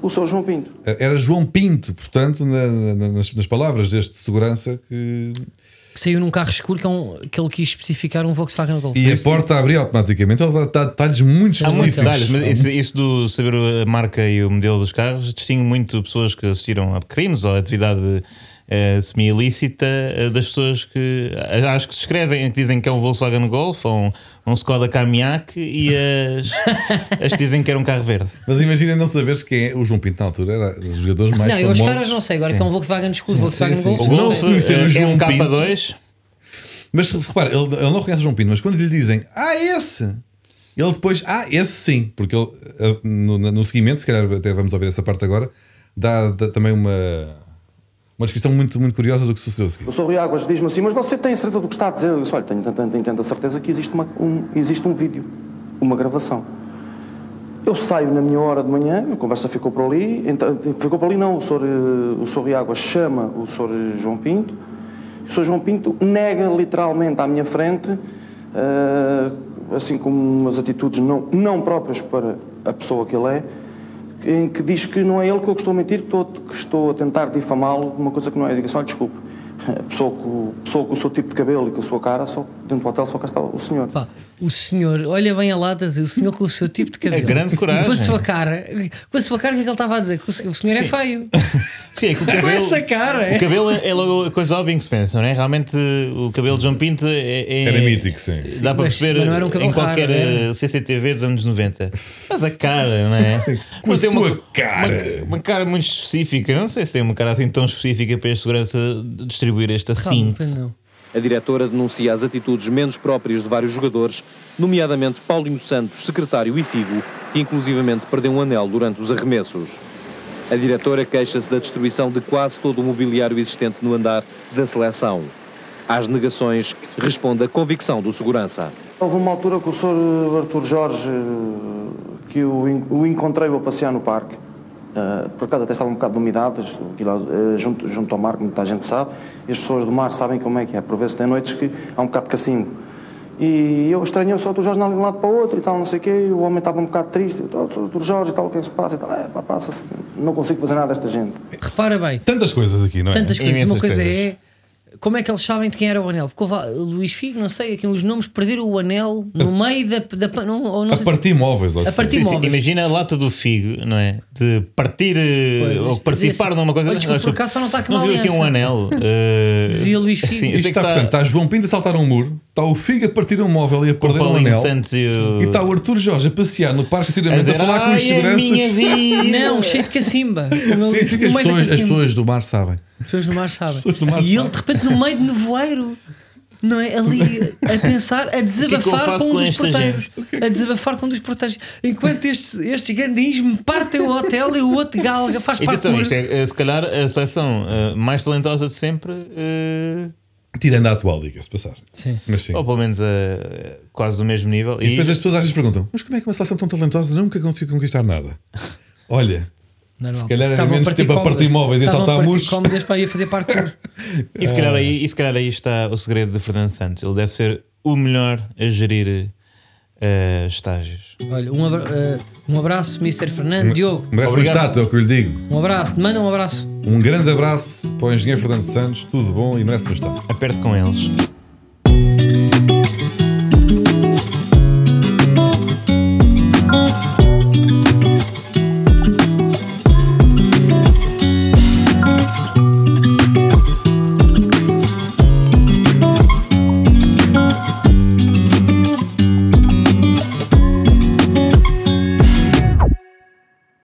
o seu João Pinto.
Era João Pinto, portanto, na- na- nas, nas palavras deste segurança que.
Que saiu num carro escuro que, é um, que ele quis especificar um Volkswagen Golf.
E a porta abria automaticamente. Ele dá- dá detalhes muito
Há muitos
específicos.
detalhes, mas isso, isso do saber a marca e o modelo dos carros distingue muito pessoas que assistiram a crimes ou a atividade eh, semi-ilícita eh, das pessoas que eh, acho que se escrevem, que dizem que é um Volkswagen Golf ou um, um Skoda Kamiak e as, as que dizem que era um carro verde.
Mas imagina não saberes quem é o João Pinto na altura, era um dos jogadores mais
não, eu
famosos.
os caras não sei, agora que é um Volkswagen escuro, Volkswagen
sim,
Golf.
O
Não
Golf
conhecer o
eh, é
João
um
Pinto.
K2,
Mas repara, ele, ele não reconhece o João Pinto, mas quando lhe dizem Ah, esse! Ele depois, ah, esse sim, porque ele ah, no, no seguimento, se calhar até vamos ouvir essa parte agora, dá, dá também uma, uma descrição muito, muito curiosa do que sucedeu a seguir.
O Sr. Rui Águas diz-me assim, mas você tem certeza do que está a dizer? Eu disse, olha, tenho tanta, tenho tanta certeza que existe, uma- um, existe um vídeo, uma gravação. Eu saio na minha hora de manhã, a conversa ficou por ali, então, ficou por ali não, o Sr. eh, o Sr. Rui Águas chama o Sr. João Pinto, o Sr. João Pinto nega literalmente à minha frente, eh, assim como umas atitudes não, não próprias para a pessoa que ele é, em que diz que não é ele que eu estou a mentir, que estou, que estou a tentar difamá-lo de uma coisa que não é. Eu digo assim, olha, desculpe, a pessoa, com, pessoa com o seu tipo de cabelo e com a sua cara, só, dentro do hotel só cá está o senhor.
Pá, o senhor, olha bem a lata, o senhor com o seu tipo de cabelo.
É grande coragem.
E com a sua cara, com a sua cara, o que é que ele estava a dizer? Que o senhor, o senhor é
Sim.
feio.
Sim, é que o cabelo,
essa cara, é.
O cabelo é é logo a coisa óbvia que se pensa, não é? Realmente o cabelo de João Pinto é, é-
Era mítico, sim.
Dá para
mas-
perceber
mas não era um cabelo
em qualquer
raro,
eh, CCTV dos anos 90. Mas a cara, não é?
com
Mas
a
tem
sua
uma,
cara.
Uma, uma cara muito específica. Não sei se tem uma cara assim tão específica para a segurança de distribuir esta
Calma,
cinta.
não.
A diretora denuncia as atitudes menos próprias de vários jogadores, nomeadamente Paulinho Santos, secretário e Figo, que inclusivamente perdeu um anel durante os arremessos. A diretora queixa-se da destruição de quase todo o mobiliário existente no andar da seleção. Às negações, responde a convicção do segurança.
Houve uma altura que o Sr. Artur Jorge, eh, que o, en- o encontrei a passear no parque. Eh, por acaso até estava um bocado de umidade, isto- aquilo, eh, junto, junto ao mar, como muita gente sabe. E as pessoas do mar sabem como é que é. Por vezes tem noites que há um bocado de cacimbo. E eu estranhei o Sr. Artur Jorge de um lado para o outro e tal, não sei o quê. E o homem estava um bocado triste. Eu, "Oh, Sr. Artur Jorge e tal, o que é que se passa? E tal, é, pá, passa. Não consigo fazer nada desta gente.
Repara bem,
Tantas coisas aqui, não é?
tantas coisas. Uma
imensas
coisa
coisas.
é como é que eles sabem de quem era o anel? Porque houve, ah, Luís Figo, não sei, aqui os nomes perderam o anel no meio da. da pa- não, ou não
A
sei se-
partir móveis,
a partir
Sim, sim,
móveis.
imagina a lata do figo, não é? De partir eh,
Pois,
ou
mas-
participar
mas-
numa coisa.
Olha, desculpa,
Acho-
por acaso, para não estar com uma
Não viu aqui um
aliança.
anel. eh,
Dizia Luís Figo.
sim, eu
Isto
sei que
está, portanto, está João Pinto a saltar um muro, está o Figo a partir um móvel e a
com
perder um
Paulinho
anel,
Santos e o-
e está o Arthur Jorge a passear no parque de
a
estacionamento a
dizer,
falar com os
"Ai, a minha
seguranças.
vida."
Não, cheio de cacimba. No-
Sim, sim,
no
que
meio
as
da
pessoas, as
cacimba.
pessoas do mar sabem.
As pessoas do mar sabem.
pessoas do mar
e ele
sabem.
de repente no meio de nevoeiro, não é? Ali a pensar, a
O que é que eu
desabafar
faço
com um
com
dos
esta
porteiros.
gente?
é
A desabafar com um dos porteiros. Enquanto este, este gandismo partem o hotel e o outro galga faz
E
parte
atenção, isto
do.
é, eh, se calhar a seleção eh, mais talentosa de sempre, eh,
Tirando a atual, diga-se de passagem.
Sim.
Mas sim.
ou pelo menos eh, quase do mesmo nível.
E depois as pessoas às vezes perguntam: mas como é que uma seleção tão talentosa nunca conseguiu conquistar nada? Olha,
Normal.
Se calhar era
Estavam
menos tempo a
cómodas.
partir móveis e
Estavam
saltar
a partir
muros.
cómodas para ir fazer parkour.
E se,
eh,
calhar aí, e se calhar aí está o segredo de Fernando Santos. Ele deve ser o melhor a gerir eh, estágios.
Olha, um, abra- eh, um abraço, Mr. Fernando,
Um
Diogo.
merece uma
Obrigado.
estátua, é o que eu lhe digo.
Um abraço, manda um abraço.
Um grande abraço para o engenheiro Fernando Santos, tudo bom e merece uma estátua.
Aperte com eles.